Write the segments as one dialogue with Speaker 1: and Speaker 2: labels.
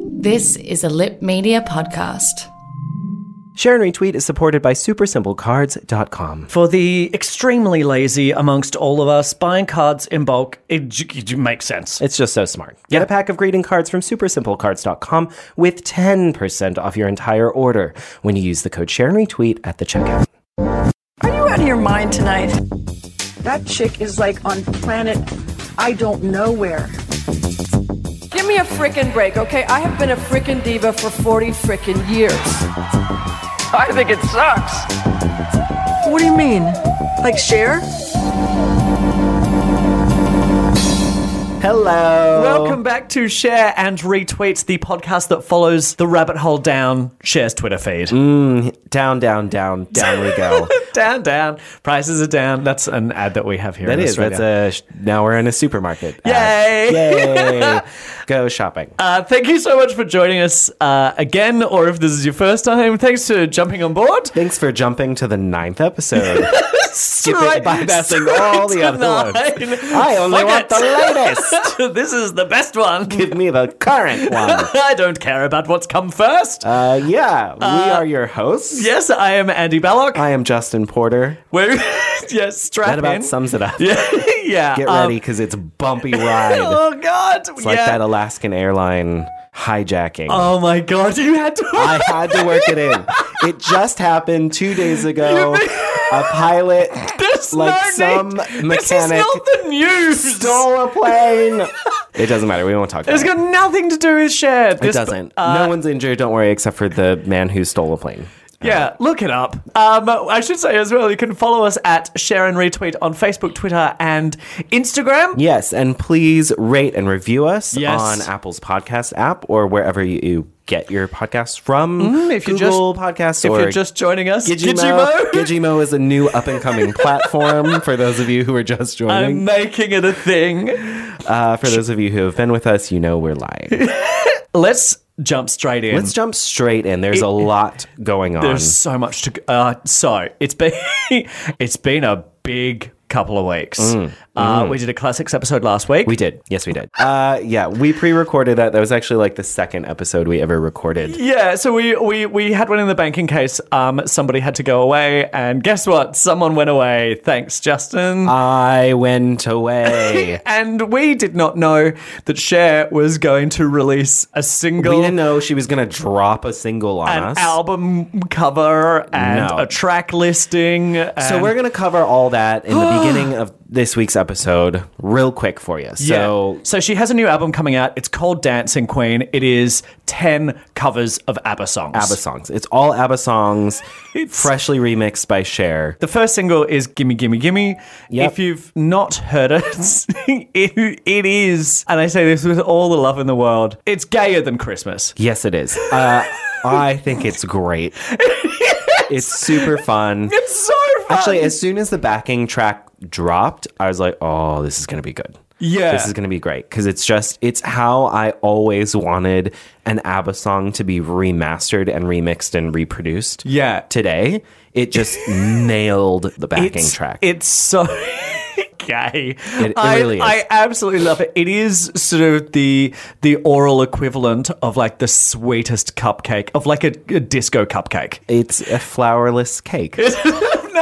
Speaker 1: This is a Lip Media podcast.
Speaker 2: Share and retweet is supported by supersimplecards.com.
Speaker 3: For the extremely lazy amongst all of us, buying cards in bulk it, j- j- makes sense.
Speaker 2: It's just so smart. Get a pack of greeting cards from supersimplecards.com with 10% off your entire order when you use the code share and retweet at the checkout.
Speaker 4: Are you out of your mind tonight? That chick is like on planet I don't know where. Give me a frickin' break, okay? I have been a frickin' diva for 40 frickin' years. I think it sucks. What do you mean? Like share?
Speaker 2: Hello.
Speaker 3: Welcome back to Share and Retweet, the podcast that follows the rabbit hole down Share's Twitter feed.
Speaker 2: Mm. Down, down, down, down we go.
Speaker 3: Down, down. Prices are down. That's an ad that we have here.
Speaker 2: That
Speaker 3: in
Speaker 2: is.
Speaker 3: Australia.
Speaker 2: That's a. sh- Now we're in a supermarket.
Speaker 3: Yay!
Speaker 2: Yay! Go shopping.
Speaker 3: Uh, thank you so much for joining us uh, again, or if this is your first time, thanks for jumping on board.
Speaker 2: Thanks for jumping to the ninth episode. Skip
Speaker 3: Right-
Speaker 2: it, bypassing all the
Speaker 3: to
Speaker 2: other
Speaker 3: nine.
Speaker 2: ones. I only
Speaker 3: Fuck
Speaker 2: want
Speaker 3: it.
Speaker 2: the latest.
Speaker 3: this is the best one.
Speaker 2: Give me the current one.
Speaker 3: I don't care about what's come first.
Speaker 2: Uh, yeah, we are your hosts.
Speaker 3: yes, I am Andy Ballock.
Speaker 2: I am Justin Porter.
Speaker 3: We're yes, strap
Speaker 2: That about
Speaker 3: in.
Speaker 2: sums it up.
Speaker 3: yeah.
Speaker 2: Get
Speaker 3: um,
Speaker 2: ready because it's bumpy ride.
Speaker 3: Oh God!
Speaker 2: it's like that Alaskan airline hijacking.
Speaker 3: oh my God! You had to.
Speaker 2: I had to work it in. It just happened two days ago. A pilot,
Speaker 3: There's
Speaker 2: like
Speaker 3: no need.
Speaker 2: some
Speaker 3: This is
Speaker 2: mechanic,
Speaker 3: not the news.
Speaker 2: stole a plane. It doesn't matter. We won't talk about
Speaker 3: It's
Speaker 2: it.
Speaker 3: got nothing to do with uh, shared.
Speaker 2: it doesn't. no one's injured. Don't worry, except for the man who stole a plane.
Speaker 3: Yeah, look it up. Um, I should say as well, you can follow us at share and retweet on Facebook, Twitter, and Instagram.
Speaker 2: Yes, and please rate and review us
Speaker 3: Yes.
Speaker 2: on Apple's podcast app or wherever you, you get your podcasts from.
Speaker 3: Mm, if you're
Speaker 2: Google Podcasts
Speaker 3: If
Speaker 2: or
Speaker 3: you're just joining us,
Speaker 2: Gigimo. Gigimo is a new up and coming platform for those of you who are just
Speaker 3: I'm
Speaker 2: joining.
Speaker 3: making it a thing.
Speaker 2: Uh, for those of you who have been with us, you know we're live.
Speaker 3: Let's jump straight in.
Speaker 2: Let's jump straight in. There's a lot going on.
Speaker 3: There's so much to. Uh, so it's been it's been a big couple of weeks. Uh, We did a classics episode last week.
Speaker 2: Mm, We did. Yes, we did. Uh, yeah, we pre recorded that. That was actually like the second episode we ever recorded.
Speaker 3: yeah, so we, we we had one in the bank in case um somebody had to go away, and guess what? Someone went away. Thanks, Justin.
Speaker 2: Uh, I went away.
Speaker 3: and we did not know that Cher was going to release a single,
Speaker 2: We didn't know she was gonna drop a single on
Speaker 3: an
Speaker 2: us.
Speaker 3: album cover, and
Speaker 2: No.
Speaker 3: a track listing.
Speaker 2: So we're gonna cover all that in the beginning of this week's episode, real quick for you. So
Speaker 3: so she has a new album coming out. It's called Dancing Queen. It is ten covers of ABBA songs.
Speaker 2: ABBA songs. It's all ABBA songs, freshly remixed by Cher.
Speaker 3: The first single is Gimme Gimme Gimme.
Speaker 2: Yep.
Speaker 3: If you've not heard it, it, it is, and I say this with all the love in the world, it's gayer than Christmas.
Speaker 2: Yes, it is. Uh, I think it's great. It's super fun.
Speaker 3: It's so fun.
Speaker 2: Actually, as soon as the backing track dropped, I was like, "Oh, this is gonna be good."
Speaker 3: yeah.
Speaker 2: This is going to be great because it's just, it's how I always wanted an ABBA song to be remastered and remixed and reproduced.
Speaker 3: Yeah.
Speaker 2: Today, it just nailed the backing
Speaker 3: it's,
Speaker 2: track.
Speaker 3: It's so gay.
Speaker 2: it
Speaker 3: I,
Speaker 2: really is.
Speaker 3: I absolutely love it. It is sort of the the oral equivalent of like the sweetest cupcake of like a, a disco cupcake.
Speaker 2: it's a flourless cake.
Speaker 3: no,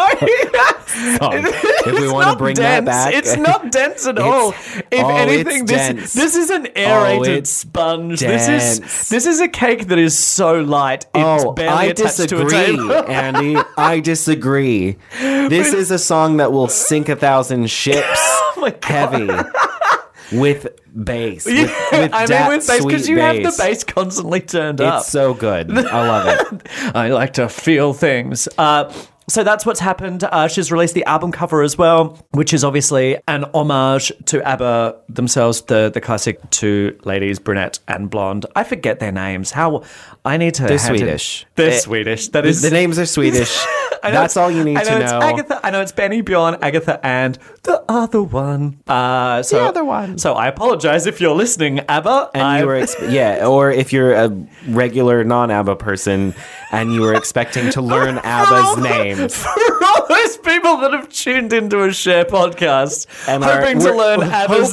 Speaker 2: song, if we
Speaker 3: it's
Speaker 2: want to
Speaker 3: not
Speaker 2: bring that
Speaker 3: dense.
Speaker 2: back,
Speaker 3: it's not dense at
Speaker 2: It's-
Speaker 3: all. If
Speaker 2: oh, it's
Speaker 3: anything, this
Speaker 2: dense.
Speaker 3: this is an
Speaker 2: Oh,
Speaker 3: aerated
Speaker 2: it's
Speaker 3: sponge. This
Speaker 2: dense.
Speaker 3: is this is a cake that is so light. It's
Speaker 2: Oh,
Speaker 3: barely
Speaker 2: I
Speaker 3: attached to a
Speaker 2: disagree,
Speaker 3: table.
Speaker 2: Andy. I disagree. This is a song that will sink a thousand ships
Speaker 3: Oh my God.
Speaker 2: heavy with bass. With, with
Speaker 3: I mean,
Speaker 2: that
Speaker 3: with bass because
Speaker 2: sweet
Speaker 3: you have
Speaker 2: bass.
Speaker 3: the bass constantly turned up.
Speaker 2: It's so good. I love it.
Speaker 3: I like to feel things. Uh, So that's what's happened. Uh, she's released the album cover as well, which is obviously an homage to ABBA themselves, the, the classic two ladies, brunette and blonde. I forget their names. How I need to.
Speaker 2: They're
Speaker 3: hand in-
Speaker 2: Swedish.
Speaker 3: They're
Speaker 2: It-
Speaker 3: Swedish. That
Speaker 2: the-
Speaker 3: is
Speaker 2: the names are Swedish.
Speaker 3: I know
Speaker 2: That's
Speaker 3: it's-
Speaker 2: all you need
Speaker 3: I know
Speaker 2: to
Speaker 3: it's
Speaker 2: know.
Speaker 3: Agatha, I know it's Benny Bjorn, Agatha, and the other one. Uh, so,
Speaker 2: other one.
Speaker 3: So I apologize if you're listening, ABBA.
Speaker 2: and
Speaker 3: I-
Speaker 2: you were exp- yeah or if you're a regular non-abba person and you were expecting to
Speaker 3: Oh,
Speaker 2: learn abba's names
Speaker 3: for all those people that have tuned into a share podcast
Speaker 2: and are-
Speaker 3: hoping to
Speaker 2: we're
Speaker 3: learn ABBA's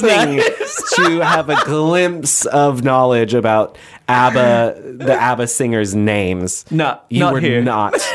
Speaker 2: hoping
Speaker 3: names.
Speaker 2: to have a glimpse of knowledge about abba the abba singers names
Speaker 3: No,
Speaker 2: you
Speaker 3: not
Speaker 2: were
Speaker 3: here.
Speaker 2: not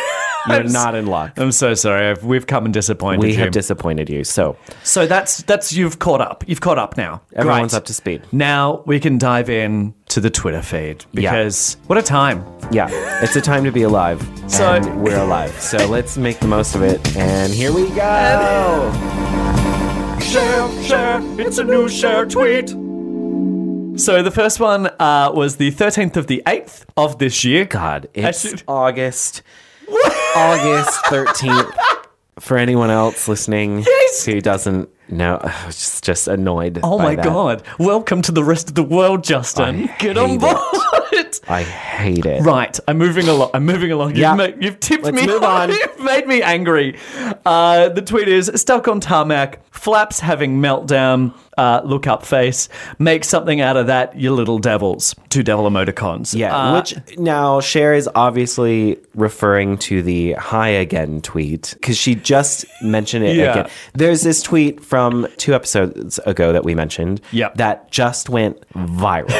Speaker 2: you're
Speaker 3: I'm s-
Speaker 2: not in luck
Speaker 3: I'm so sorry. I've, we've come and disappointed
Speaker 2: we
Speaker 3: you.
Speaker 2: have disappointed you so
Speaker 3: so that's that's you've caught up. You've caught up now.
Speaker 2: everyone's
Speaker 3: Great.
Speaker 2: up to speed
Speaker 3: Now we can dive in to the Twitter feed
Speaker 2: Yeah.
Speaker 3: because what a time.
Speaker 2: yeah it's a time to be alive
Speaker 3: So-
Speaker 2: and we're alive so let's make the most of it and here we go
Speaker 3: Share, share, it's a new share tweet. So the first one uh, was the 13th of the 8th of this year.
Speaker 2: God,
Speaker 3: I
Speaker 2: it's
Speaker 3: should-
Speaker 2: August. August 13th. For anyone else listening who doesn't know, I was just, just annoyed.
Speaker 3: Oh
Speaker 2: by
Speaker 3: my
Speaker 2: that.
Speaker 3: god. Welcome to the rest of the world, Justin.
Speaker 2: I
Speaker 3: Get on
Speaker 2: hate
Speaker 3: board.
Speaker 2: I hate it.
Speaker 3: Right, I'm moving along. I'm moving along. You've,
Speaker 2: Yeah.
Speaker 3: ma- you've tipped
Speaker 2: Let's
Speaker 3: me
Speaker 2: move
Speaker 3: off.
Speaker 2: on.
Speaker 3: You've made me angry. Uh, the tweet is stuck on tarmac, flaps having meltdown, uh, look up face, make something out of that, you little devils. Two devil emoticons.
Speaker 2: Yeah,
Speaker 3: Uh,
Speaker 2: which now Cher is obviously referring to the "Hi again" tweet because she just mentioned it
Speaker 3: Yeah.
Speaker 2: again. There's this tweet from two episodes ago that we mentioned,
Speaker 3: Yep.
Speaker 2: that just went viral,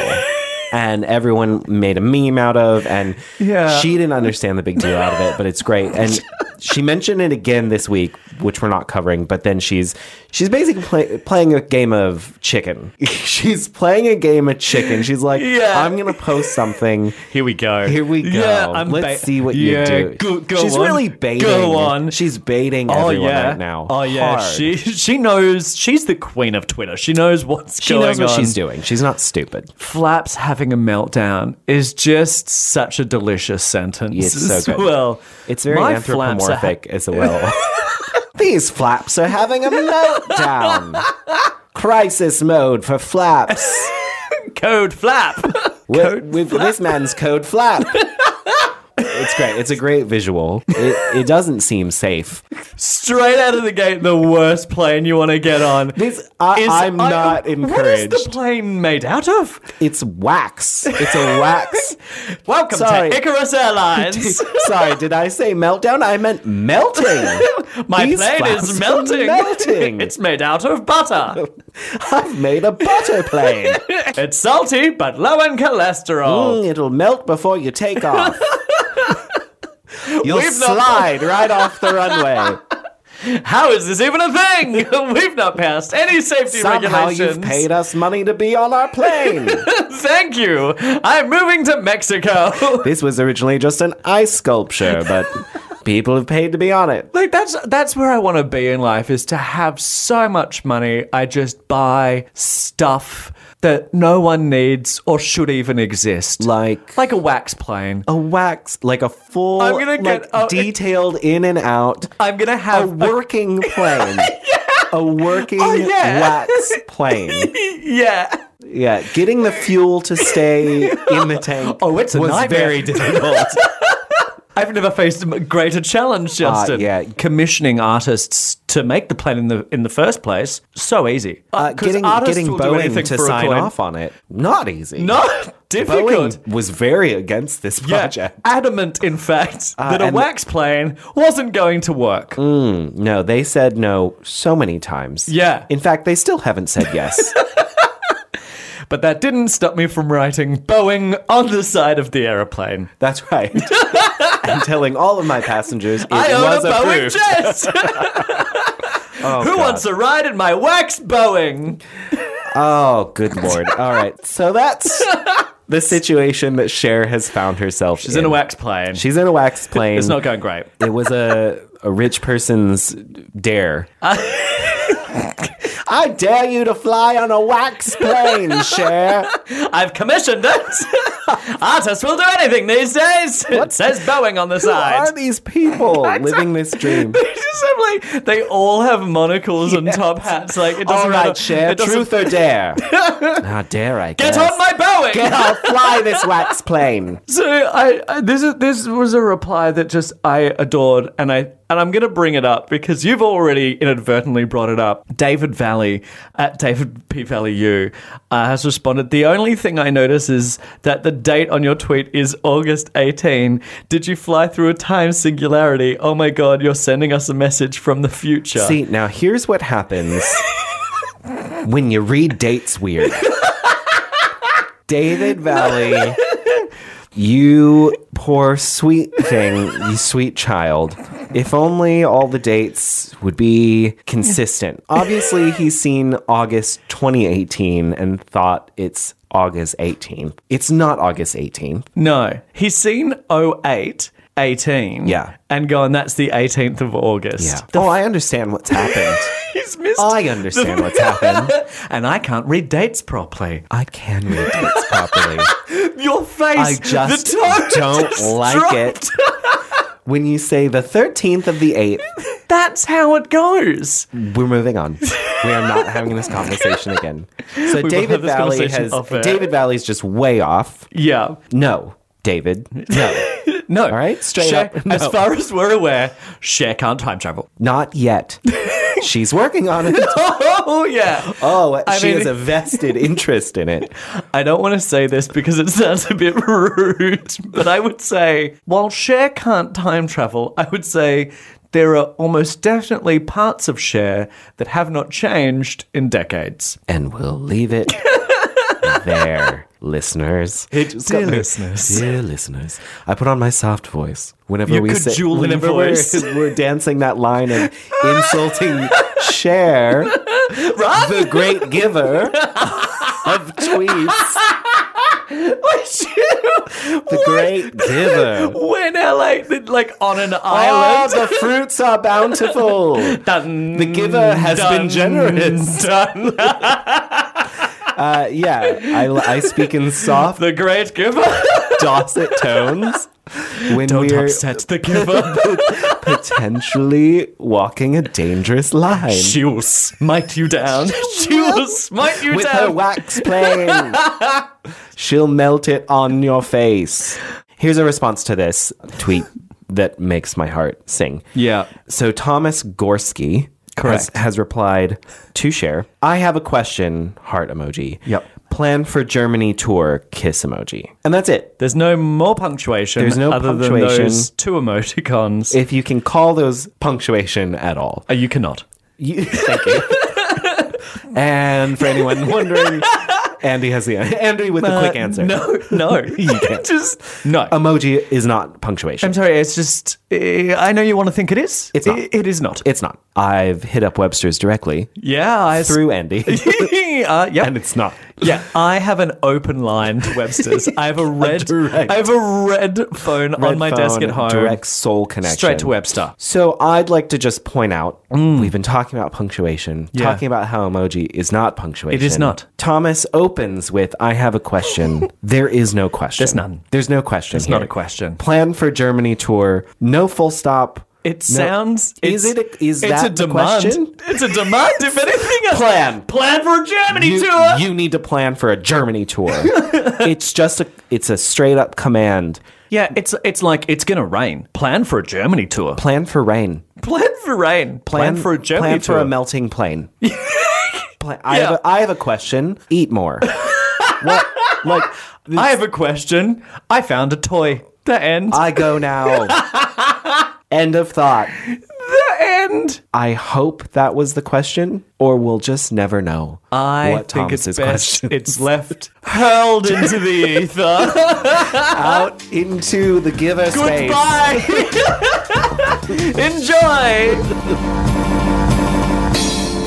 Speaker 2: and everyone made a meme out of. And
Speaker 3: Yeah.
Speaker 2: she didn't understand the big deal out of it, but it's great. And she mentioned it again this week, which we're not covering. But then she's she's basically play, playing a game of chicken. she's playing a game of chicken. She's like,
Speaker 3: Yeah.
Speaker 2: I'm gonna post something.
Speaker 3: Here we go.
Speaker 2: Here we go.
Speaker 3: Yeah, I'm
Speaker 2: Let's
Speaker 3: ba-
Speaker 2: see what you
Speaker 3: Yeah,
Speaker 2: do.
Speaker 3: go- go
Speaker 2: She's
Speaker 3: on.
Speaker 2: really baiting.
Speaker 3: Go on.
Speaker 2: She's baiting
Speaker 3: Oh
Speaker 2: everyone
Speaker 3: yeah.
Speaker 2: right now.
Speaker 3: Oh yeah.
Speaker 2: Hard.
Speaker 3: She she knows. She's the queen of Twitter. She knows what's
Speaker 2: She
Speaker 3: going
Speaker 2: knows what
Speaker 3: on.
Speaker 2: she's doing. She's not stupid.
Speaker 3: Flaps having a meltdown is just such a delicious sentence.
Speaker 2: It's so
Speaker 3: as
Speaker 2: good.
Speaker 3: Well,
Speaker 2: It's very
Speaker 3: my flaps are ha-
Speaker 2: anthropomorphic as well. These flaps are having a meltdown. Crisis mode for flaps.
Speaker 3: Code flap.
Speaker 2: With, with this man's code flap. It's great. It's a great visual. It, it doesn't seem safe.
Speaker 3: Straight out of the gate, the worst plane you want to get on.
Speaker 2: This- I- I'm not
Speaker 3: What is the
Speaker 2: encouraged.
Speaker 3: plane made out of?
Speaker 2: It's wax. It's a wax.
Speaker 3: Welcome
Speaker 2: Sorry.
Speaker 3: to Icarus Airlines.
Speaker 2: Sorry, did I say meltdown? I meant melting.
Speaker 3: My
Speaker 2: These
Speaker 3: plane
Speaker 2: flaps
Speaker 3: is
Speaker 2: are
Speaker 3: melting.
Speaker 2: melting.
Speaker 3: it's made out of butter.
Speaker 2: I've made a butter plane.
Speaker 3: It's salty but low in cholesterol.
Speaker 2: Mm, it'll melt before you take off. You'll
Speaker 3: We've not-
Speaker 2: slide right off the runway.
Speaker 3: How is this even a thing? We've not passed any safety
Speaker 2: Somehow
Speaker 3: regulations.
Speaker 2: you've paid us money to be on our plane.
Speaker 3: Thank you. I'm moving to Mexico.
Speaker 2: this was originally just an ice sculpture, but people have paid to be on it.
Speaker 3: like that's that's where I want to be in life is to have so much money I just buy stuff that no one needs or should even exist.
Speaker 2: Like-
Speaker 3: like a wax plane.
Speaker 2: A wax, like a full,
Speaker 3: I'm
Speaker 2: like,
Speaker 3: gonna get- oh, it-
Speaker 2: detailed in and out,
Speaker 3: I'm gonna
Speaker 2: a
Speaker 3: have
Speaker 2: working plane. A working
Speaker 3: Oh, yeah.
Speaker 2: wax plane.
Speaker 3: yeah.
Speaker 2: Yeah, getting the fuel to stay in the tank.
Speaker 3: Oh, it's a
Speaker 2: was
Speaker 3: nightmare.
Speaker 2: very Uh, difficult.
Speaker 3: I've never faced a m- greater challenge, Justin.
Speaker 2: yeah.
Speaker 3: Uh, commissioning artists to make the plane in the in the first place so easy.
Speaker 2: Uh,
Speaker 3: 'cause
Speaker 2: getting
Speaker 3: artists
Speaker 2: getting
Speaker 3: will do
Speaker 2: Boeing
Speaker 3: anything
Speaker 2: to
Speaker 3: for a
Speaker 2: sign
Speaker 3: coin.
Speaker 2: off on it, not easy.
Speaker 3: No, difficult.
Speaker 2: Boeing was very against this
Speaker 3: Yeah,
Speaker 2: project.
Speaker 3: adamant, in fact, that a
Speaker 2: Ah, and- Mm.
Speaker 3: wax plane wasn't going to work.
Speaker 2: No, they said no so many times.
Speaker 3: Yeah.
Speaker 2: In fact, they still haven't said yes.
Speaker 3: But that didn't stop me from writing Boeing on the side of the aeroplane.
Speaker 2: That's right. I'm telling all of my passengers it
Speaker 3: I own
Speaker 2: was
Speaker 3: a Boeing
Speaker 2: approved.
Speaker 3: jet.
Speaker 2: Oh,
Speaker 3: Who
Speaker 2: God.
Speaker 3: wants a ride in my wax Boeing?
Speaker 2: Oh, good lord. All right. So that's the situation that Cher has found herself
Speaker 3: She's in a wax plane.
Speaker 2: She's in a wax plane.
Speaker 3: it's not going great.
Speaker 2: It was a, a rich person's dare. I dare you to fly on a wax plane, Cher.
Speaker 3: I've commissioned it. Artists will do anything these days. It says Boeing on the
Speaker 2: Who
Speaker 3: side.
Speaker 2: are these people living this dream?
Speaker 3: They just have like they all have monocles and top hats. Like it doesn't
Speaker 2: All right,
Speaker 3: matter.
Speaker 2: Cher,
Speaker 3: It doesn't-
Speaker 2: truth or dare? Ah, dare I
Speaker 3: Get
Speaker 2: guess.
Speaker 3: on my Boeing.
Speaker 2: Get off, fly this wax plane.
Speaker 3: So I, I this is this was a reply that just I adored, and I and I'm gonna bring it up because you've already inadvertently brought it up. David Valley at David P Valley U uh, has responded. The only thing I notice is that the date on your tweet is August 18. Did you fly through a time singularity? Oh my God, you're sending us a message from the future.
Speaker 2: See, now here's what happens when you read dates weird. David Valley, you poor sweet thing, you sweet child. If only all the dates would be consistent. Obviously, he's seen August 2018 and thought it's August 18th. It's not August 18th.
Speaker 3: No, he's seen 08. 18.
Speaker 2: Yeah.
Speaker 3: And gone, that's the 18th of August.
Speaker 2: oh, I understand what's happened.
Speaker 3: He's missed.
Speaker 2: I understand what's happened.
Speaker 3: and I can't read dates properly.
Speaker 2: I can read dates properly.
Speaker 3: Your face.
Speaker 2: I just
Speaker 3: the tone
Speaker 2: don't
Speaker 3: just
Speaker 2: like
Speaker 3: dropped.
Speaker 2: it. when you say the 13th of the 8th,
Speaker 3: That's how it goes.
Speaker 2: we're moving on. We are not having this conversation again. So
Speaker 3: will
Speaker 2: David
Speaker 3: have this
Speaker 2: Valley
Speaker 3: conversation
Speaker 2: has
Speaker 3: off air.
Speaker 2: David Valley's just way off.
Speaker 3: Yeah.
Speaker 2: No, David. No.
Speaker 3: No.
Speaker 2: All right, straight
Speaker 3: Cher-
Speaker 2: up, no.
Speaker 3: As far as we're aware, Cher can't time travel.
Speaker 2: not yet. She's working on it.
Speaker 3: Oh yeah.
Speaker 2: Oh,
Speaker 3: I
Speaker 2: she
Speaker 3: mean-
Speaker 2: has a vested interest in it.
Speaker 3: I don't want to say this because it sounds a bit rude, but I would say while Cher can't time travel, I would say there are almost definitely parts of Cher that have not changed in decades.
Speaker 2: And we'll leave it there, listeners.
Speaker 3: got
Speaker 2: Dear
Speaker 3: me.
Speaker 2: listeners. Dear listeners. I put on my soft voice whenever
Speaker 3: You
Speaker 2: we
Speaker 3: could
Speaker 2: say,
Speaker 3: Julian
Speaker 2: whenever we're,
Speaker 3: voice.
Speaker 2: we're dancing that line and insulting Cher, the great giver of tweets. The great giver.
Speaker 3: when LA, like on an
Speaker 2: Oh,
Speaker 3: island.
Speaker 2: the fruits are bountiful.
Speaker 3: Dun,
Speaker 2: The
Speaker 3: Mm,
Speaker 2: giver has been
Speaker 3: dun,
Speaker 2: generous.
Speaker 3: dun.
Speaker 2: Uh, yeah, I, I speak in soft
Speaker 3: the great giver.
Speaker 2: dulcet tones when
Speaker 3: Don't
Speaker 2: we're
Speaker 3: upset the giver.
Speaker 2: potentially walking a dangerous line
Speaker 3: she will smite you down. She will smite you
Speaker 2: with her
Speaker 3: down.
Speaker 2: wax plane. She'll melt it on your face. Here's a response to this tweet that makes my heart sing.
Speaker 3: Yeah.
Speaker 2: So Thomas Gorski has,
Speaker 3: Correct.
Speaker 2: has replied to share. I have a question. Heart emoji.
Speaker 3: Yep.
Speaker 2: Plan for Germany tour. Kiss emoji. And that's it.
Speaker 3: There's no more punctuation
Speaker 2: There's no
Speaker 3: other than
Speaker 2: punctuation.
Speaker 3: those two emoticons.
Speaker 2: If you can call those punctuation at all.
Speaker 3: Uh, you cannot.
Speaker 2: You, thank you. and for anyone wondering, Andy has the Andy with the quick answer.
Speaker 3: Uh, No, no.
Speaker 2: can't. Um,
Speaker 3: just no.
Speaker 2: Emoji is not punctuation.
Speaker 3: I'm sorry. It's just uh,
Speaker 2: eh,
Speaker 3: I know you want to think it is.
Speaker 2: It's not.
Speaker 3: I- it is not.
Speaker 2: it's not. I've hit up Webster's directly
Speaker 3: yeah. I
Speaker 2: through Andy,
Speaker 3: uh, yep.
Speaker 2: and it's not.
Speaker 3: Yeah, I have an open line to Webster's. I have a red,
Speaker 2: direct-
Speaker 3: I have a red phone on
Speaker 2: Red
Speaker 3: my
Speaker 2: phone,
Speaker 3: desk at home.
Speaker 2: Direct soul connection.
Speaker 3: straight to Webster. Mm.
Speaker 2: So I'd like to just point out we've been talking about punctuation,
Speaker 3: Yeah.
Speaker 2: talking about how emoji is not punctuation.
Speaker 3: It is not.
Speaker 2: Thomas opens with I have a question. there is no question.
Speaker 3: There's none.
Speaker 2: There's no question. It's
Speaker 3: not a question.
Speaker 2: Plan for Germany tour. No full stop.
Speaker 3: It
Speaker 2: No-
Speaker 3: sounds.
Speaker 2: Is
Speaker 3: it's-
Speaker 2: it a, is
Speaker 3: it's
Speaker 2: that
Speaker 3: a
Speaker 2: the
Speaker 3: demand.
Speaker 2: question?
Speaker 3: It's a demand. If anything, a
Speaker 2: Plan.
Speaker 3: plan for a Germany
Speaker 2: You,
Speaker 3: tour.
Speaker 2: you need to plan for a Germany tour. it's just a it's a straight up command.
Speaker 3: yeah, it's it's like it's gonna rain. Plan for a Germany tour.
Speaker 2: Plan for rain.
Speaker 3: Plan for rain. Plan, for a Germany
Speaker 2: plan
Speaker 3: tour.
Speaker 2: for a melting plane. Plan- I, have
Speaker 3: Yeah.
Speaker 2: a, I have a question. Eat more. what? Like
Speaker 3: I have a question. I found a toy. The end.
Speaker 2: I go now. End of thought.
Speaker 3: the end.
Speaker 2: I hope that was the question, or we'll just never know.
Speaker 3: I
Speaker 2: what
Speaker 3: think it's
Speaker 2: Thomas's
Speaker 3: best.
Speaker 2: question
Speaker 3: It's left hurled into the ether.
Speaker 2: out into the giver space.
Speaker 3: Goodbye. Enjoy.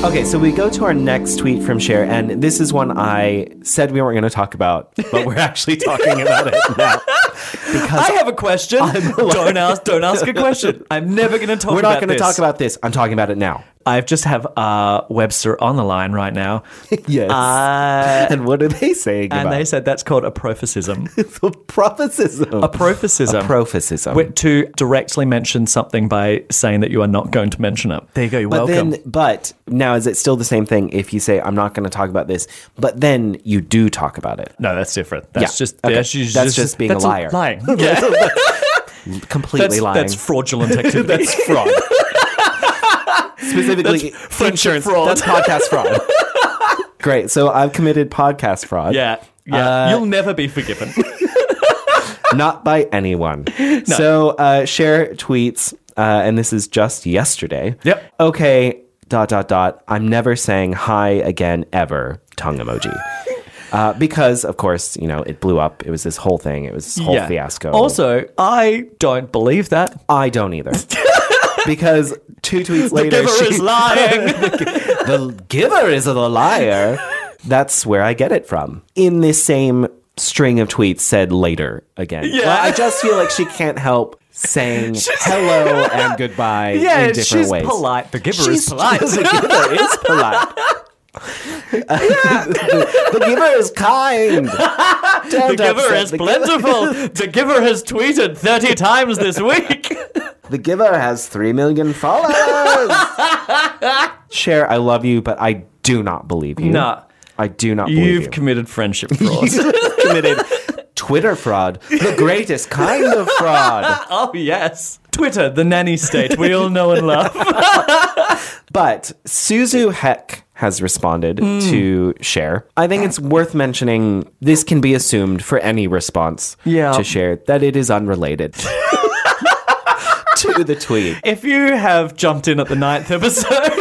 Speaker 2: Okay, so we go to our next tweet from Cher, and this is one I said we weren't going to talk about, but we're actually talking about it now.
Speaker 3: I have a question. Don't ask. Don't ask a question. I'm never going to talk.
Speaker 2: We're not
Speaker 3: about
Speaker 2: going to
Speaker 3: this.
Speaker 2: talk about this. I'm talking about it now.
Speaker 3: I've just have uh, Webster on the line right now.
Speaker 2: yes.
Speaker 3: Uh,
Speaker 2: and what are they saying
Speaker 3: and
Speaker 2: about
Speaker 3: they said that's called a prophecism.
Speaker 2: a prophecism?
Speaker 3: A prophecism.
Speaker 2: A prophecism.
Speaker 3: Wh- to directly mention something by saying that you are not going to mention it. There you go. You're
Speaker 2: but
Speaker 3: welcome.
Speaker 2: then, but now is it still the same thing if you say I'm not going to talk about this, but then you do talk about it?
Speaker 3: no, that's different. That's
Speaker 2: Yeah.
Speaker 3: just
Speaker 2: Okay.
Speaker 3: that's, just,
Speaker 2: That's just being a
Speaker 3: that's
Speaker 2: liar.
Speaker 3: Lying. Yeah.
Speaker 2: Completely
Speaker 3: that's,
Speaker 2: lying.
Speaker 3: that's fraudulent activity.
Speaker 2: That's fraud. Specifically,
Speaker 3: friendship fraud.
Speaker 2: That's podcast fraud. Great. So I've committed podcast fraud.
Speaker 3: yeah. Yeah.
Speaker 2: Uh,
Speaker 3: You'll never be forgiven.
Speaker 2: not by anyone. So uh, share tweets, uh, and this is just yesterday.
Speaker 3: Yep.
Speaker 2: Okay. Dot dot dot. I'm never saying hi again ever. Tongue emoji. Uh, because of course you know it blew up. It was this whole thing. It was this whole
Speaker 3: yeah.
Speaker 2: fiasco.
Speaker 3: Also, I don't believe that.
Speaker 2: I don't either. because two tweets later,
Speaker 3: giver
Speaker 2: she-
Speaker 3: is lying.
Speaker 2: the giver is a liar. That's where I get it from. In this same string of tweets said later again.
Speaker 3: Yeah.
Speaker 2: Well, I just feel like she can't help saying hello and goodbye in different
Speaker 3: she's
Speaker 2: ways.
Speaker 3: polite. The giver
Speaker 2: She's
Speaker 3: is polite.
Speaker 2: The giver is polite. Uh, the, the giver is kind.
Speaker 3: The
Speaker 2: Don't
Speaker 3: giver
Speaker 2: upset
Speaker 3: is
Speaker 2: the giver.
Speaker 3: plentiful. the giver has tweeted 30 times this week.
Speaker 2: The giver has three million followers. Cher, I love you, but I do not believe you.
Speaker 3: Nah.
Speaker 2: I do not believe
Speaker 3: You've
Speaker 2: you.
Speaker 3: committed friendship fraud.
Speaker 2: You've committed Twitter fraud, the greatest kind of fraud.
Speaker 3: oh, yes. Twitter, the nanny state we all know and love.
Speaker 2: But Suzu Heck has responded
Speaker 3: Hmm.
Speaker 2: to Cher. I think it's worth mentioning this can be assumed for any response
Speaker 3: Yeah.
Speaker 2: to Cher that it is unrelated to the tweet.
Speaker 3: If you have jumped in at the ninth episode,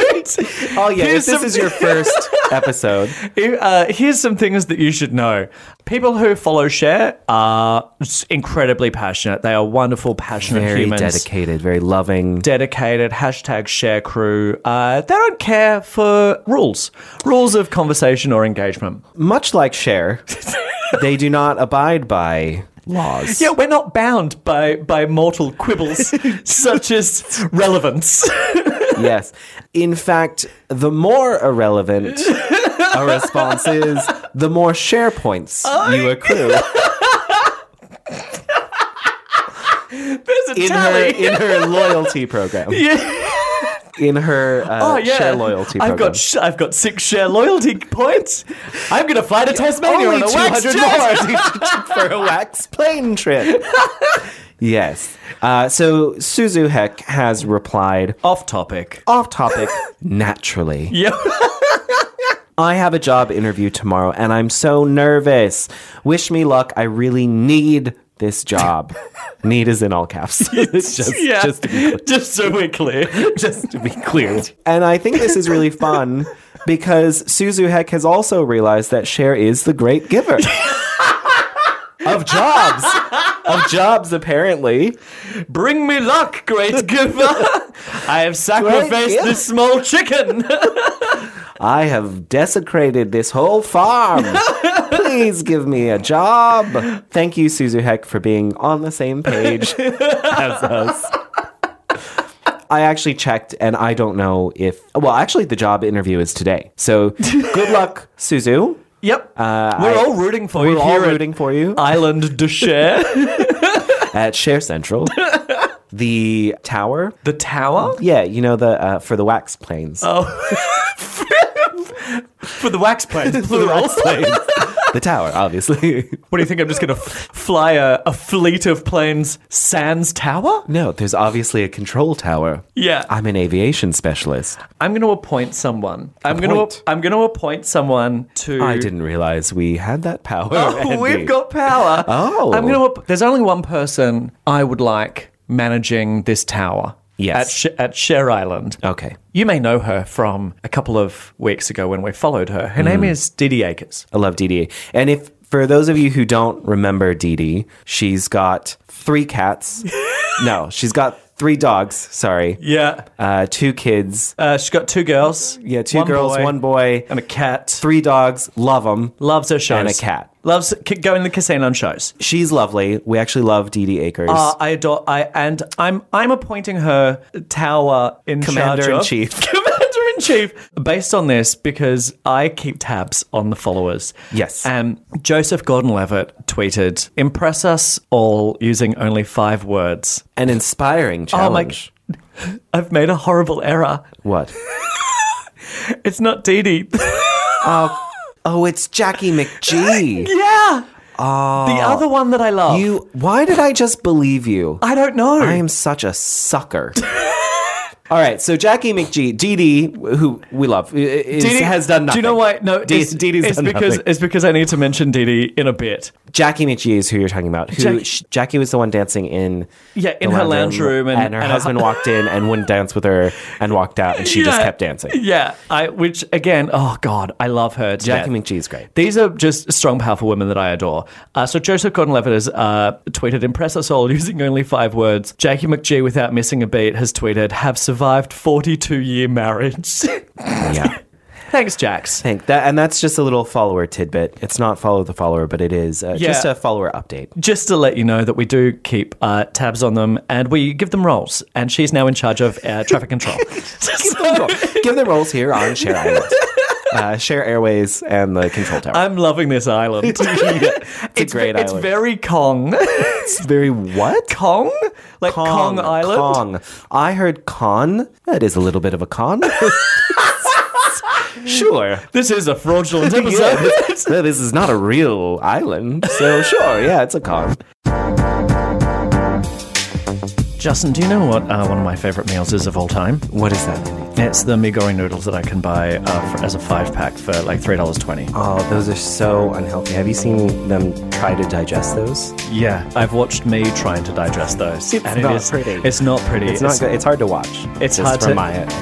Speaker 2: Oh, yeah,
Speaker 3: Here's
Speaker 2: if this
Speaker 3: some-
Speaker 2: is your first episode.
Speaker 3: uh, here's some things that you should know. People who follow Cher are s- incredibly passionate. They are wonderful, passionate
Speaker 2: Very
Speaker 3: humans.
Speaker 2: dedicated, very loving.
Speaker 3: dedicated hashtag share crew uh, they don't care for rules rules of conversation or engagement
Speaker 2: much like Cher, they do not abide by laws.
Speaker 3: yeah we're not bound by by mortal quibbles such as relevance
Speaker 2: Yes. In fact, the more irrelevant a response is, the more Cher points
Speaker 3: Oh
Speaker 2: you accrue
Speaker 3: there's a
Speaker 2: in her
Speaker 3: tally
Speaker 2: in her loyalty program.
Speaker 3: yeah.
Speaker 2: In her uh,
Speaker 3: Oh yeah,
Speaker 2: Cher loyalty program.
Speaker 3: I've got sh- I've got six share loyalty points. I'm gonna fly to Tasmania
Speaker 2: only
Speaker 3: on a wax
Speaker 2: 200
Speaker 3: jet.
Speaker 2: more for a wax plane trip. yes. Uh, so Suzu Heck has replied
Speaker 3: Off topic.
Speaker 2: off topic naturally.
Speaker 3: Yeah.
Speaker 2: I have a job interview tomorrow and I'm so nervous. Wish me luck. I really need this job. need is in all caps. just,
Speaker 3: yeah.
Speaker 2: just to be clear.
Speaker 3: Just so we're clear.
Speaker 2: Just to be clear. And I think this is really fun because Suzu Heck has also realized that Cher is the great giver of jobs. Of jobs, apparently.
Speaker 3: Bring me luck, great giver. I have sacrificed
Speaker 2: giver.
Speaker 3: this small chicken.
Speaker 2: I have desecrated this whole farm. Please give me a job. Thank you, Suzu Heck, for being on the same page as us. I actually checked, and I don't know if. Well, actually, the job interview is today. So good luck, Suzu.
Speaker 3: Yep.
Speaker 2: Uh,
Speaker 3: we're
Speaker 2: I-
Speaker 3: all rooting for
Speaker 2: We're
Speaker 3: you
Speaker 2: all
Speaker 3: here
Speaker 2: rooting for you
Speaker 3: at Island de Cher.
Speaker 2: at Share Central, the tower.
Speaker 3: the tower?
Speaker 2: Yeah, you know the uh, for the wax planes.
Speaker 3: Oh, For the wax planes,
Speaker 2: the
Speaker 3: plural.
Speaker 2: wax planes. the tower, obviously.
Speaker 3: what do you think? I'm just going to f- fly a, a fleet of planes sans tower?
Speaker 2: No, there's obviously a control tower.
Speaker 3: Yeah.
Speaker 2: I'm an aviation specialist.
Speaker 3: I'm going to appoint someone. I'm going
Speaker 2: Appoint.
Speaker 3: to I'm going to appoint someone to
Speaker 2: I didn't realize we had that power.
Speaker 3: Oh,
Speaker 2: Andy.
Speaker 3: we've got power.
Speaker 2: Oh.
Speaker 3: I'm going to There's only one person I would like managing this tower.
Speaker 2: Yes.
Speaker 3: At, Sh- at Share Island.
Speaker 2: Okay.
Speaker 3: You may know her from a couple of weeks ago when we followed her. Her
Speaker 2: Hmm.
Speaker 3: name is Didi Akers.
Speaker 2: I love DD. And if for those of you who don't remember DD, she's got three cats. no, she's got three dogs. Sorry.
Speaker 3: Yeah.
Speaker 2: Uh, two kids.
Speaker 3: Uh, she's got two girls.
Speaker 2: Yeah, two girls, one boy,
Speaker 3: And a cat.
Speaker 2: three dogs. Love them.
Speaker 3: Loves her shows.
Speaker 2: And a cat.
Speaker 3: Loves c- going to the casino and shows.
Speaker 2: She's lovely. We actually love DD Akers.
Speaker 3: Uh, I adore. I and I'm I'm appointing her tower in charge
Speaker 2: Commander in
Speaker 3: of-
Speaker 2: chief.
Speaker 3: Commander in chief based on this because I keep tabs on the followers.
Speaker 2: Yes.
Speaker 3: Um, Joseph Gordon Levitt tweeted, Impress us all using only five words.
Speaker 2: An inspiring challenge.
Speaker 3: I've made a horrible error.
Speaker 2: what?
Speaker 3: It's not Dee Dee.
Speaker 2: Oh, it's Jackie McGee.
Speaker 3: yeah. The other one that I love.
Speaker 2: Ah, You. Why did I just believe you?
Speaker 3: I don't know.
Speaker 2: I am such a sucker. All right, so Jackie McGee, Dee Dee, who we love, i- is,
Speaker 3: Dee Dee-
Speaker 2: has done nothing.
Speaker 3: Do you know why? No,
Speaker 2: Dee,
Speaker 3: it's,
Speaker 2: Dee Dee's
Speaker 3: it's
Speaker 2: done
Speaker 3: because
Speaker 2: nothing.
Speaker 3: it's because I need to mention Dee Dee in a bit.
Speaker 2: Jackie McGee is who you're talking about. Who
Speaker 3: Jack-
Speaker 2: sh- Jackie was the one dancing in,
Speaker 3: Yeah, in
Speaker 2: the
Speaker 3: her lounge room, and-
Speaker 2: her
Speaker 3: and her
Speaker 2: husband
Speaker 3: hu-
Speaker 2: walked in and wouldn't dance with her and walked out, and she just
Speaker 3: Yeah.
Speaker 2: kept dancing.
Speaker 3: Yeah, I which again, oh god, I love her. to
Speaker 2: Jackie
Speaker 3: death.
Speaker 2: McGee is great.
Speaker 3: These are just strong, powerful women that I adore. Uh, so Joseph Gordon-Levitt has uh, tweeted, "Impress us all using only five words." Jackie McGee, without missing a beat, has tweeted, "Have survived 42-year marriage."
Speaker 2: Yeah,
Speaker 3: Thanks, Jax.
Speaker 2: thank that, and that's just a little follower tidbit. It's not follow the follower, but it is uh,
Speaker 3: Yeah.
Speaker 2: just a follower update.
Speaker 3: Just to let you know that we do keep uh, tabs on them and we give them roles. And she's now in charge of uh, traffic control. So-
Speaker 2: Give the roles here on Share Island, uh, Share Airways, and the Control Tower.
Speaker 3: I'm loving this island.
Speaker 2: it's, a great
Speaker 3: It's
Speaker 2: island.
Speaker 3: very Kong.
Speaker 2: it's very what?
Speaker 3: Kong? Like Kong,
Speaker 2: Kong.
Speaker 3: Island?
Speaker 2: I heard con. That is a little bit of a con. sure.
Speaker 3: This is a fraudulent
Speaker 2: Yeah,
Speaker 3: episode.
Speaker 2: this, this is not a real island. So sure, yeah, it's a con.
Speaker 3: Justin, do you know what uh, one of my favorite meals is of all time?
Speaker 2: What is that?
Speaker 3: It's the Migori noodles that I can buy uh, for, as a five pack for like $3.20.
Speaker 2: Oh, those are so unhealthy. Have you seen them try to digest those?
Speaker 3: Yeah, I've watched me trying to digest those.
Speaker 2: It's
Speaker 3: and
Speaker 2: not
Speaker 3: it is,
Speaker 2: pretty.
Speaker 3: It's not pretty.
Speaker 2: It's not good. It's hard to watch.
Speaker 3: it's
Speaker 2: just
Speaker 3: hard
Speaker 2: from
Speaker 3: to-
Speaker 2: my-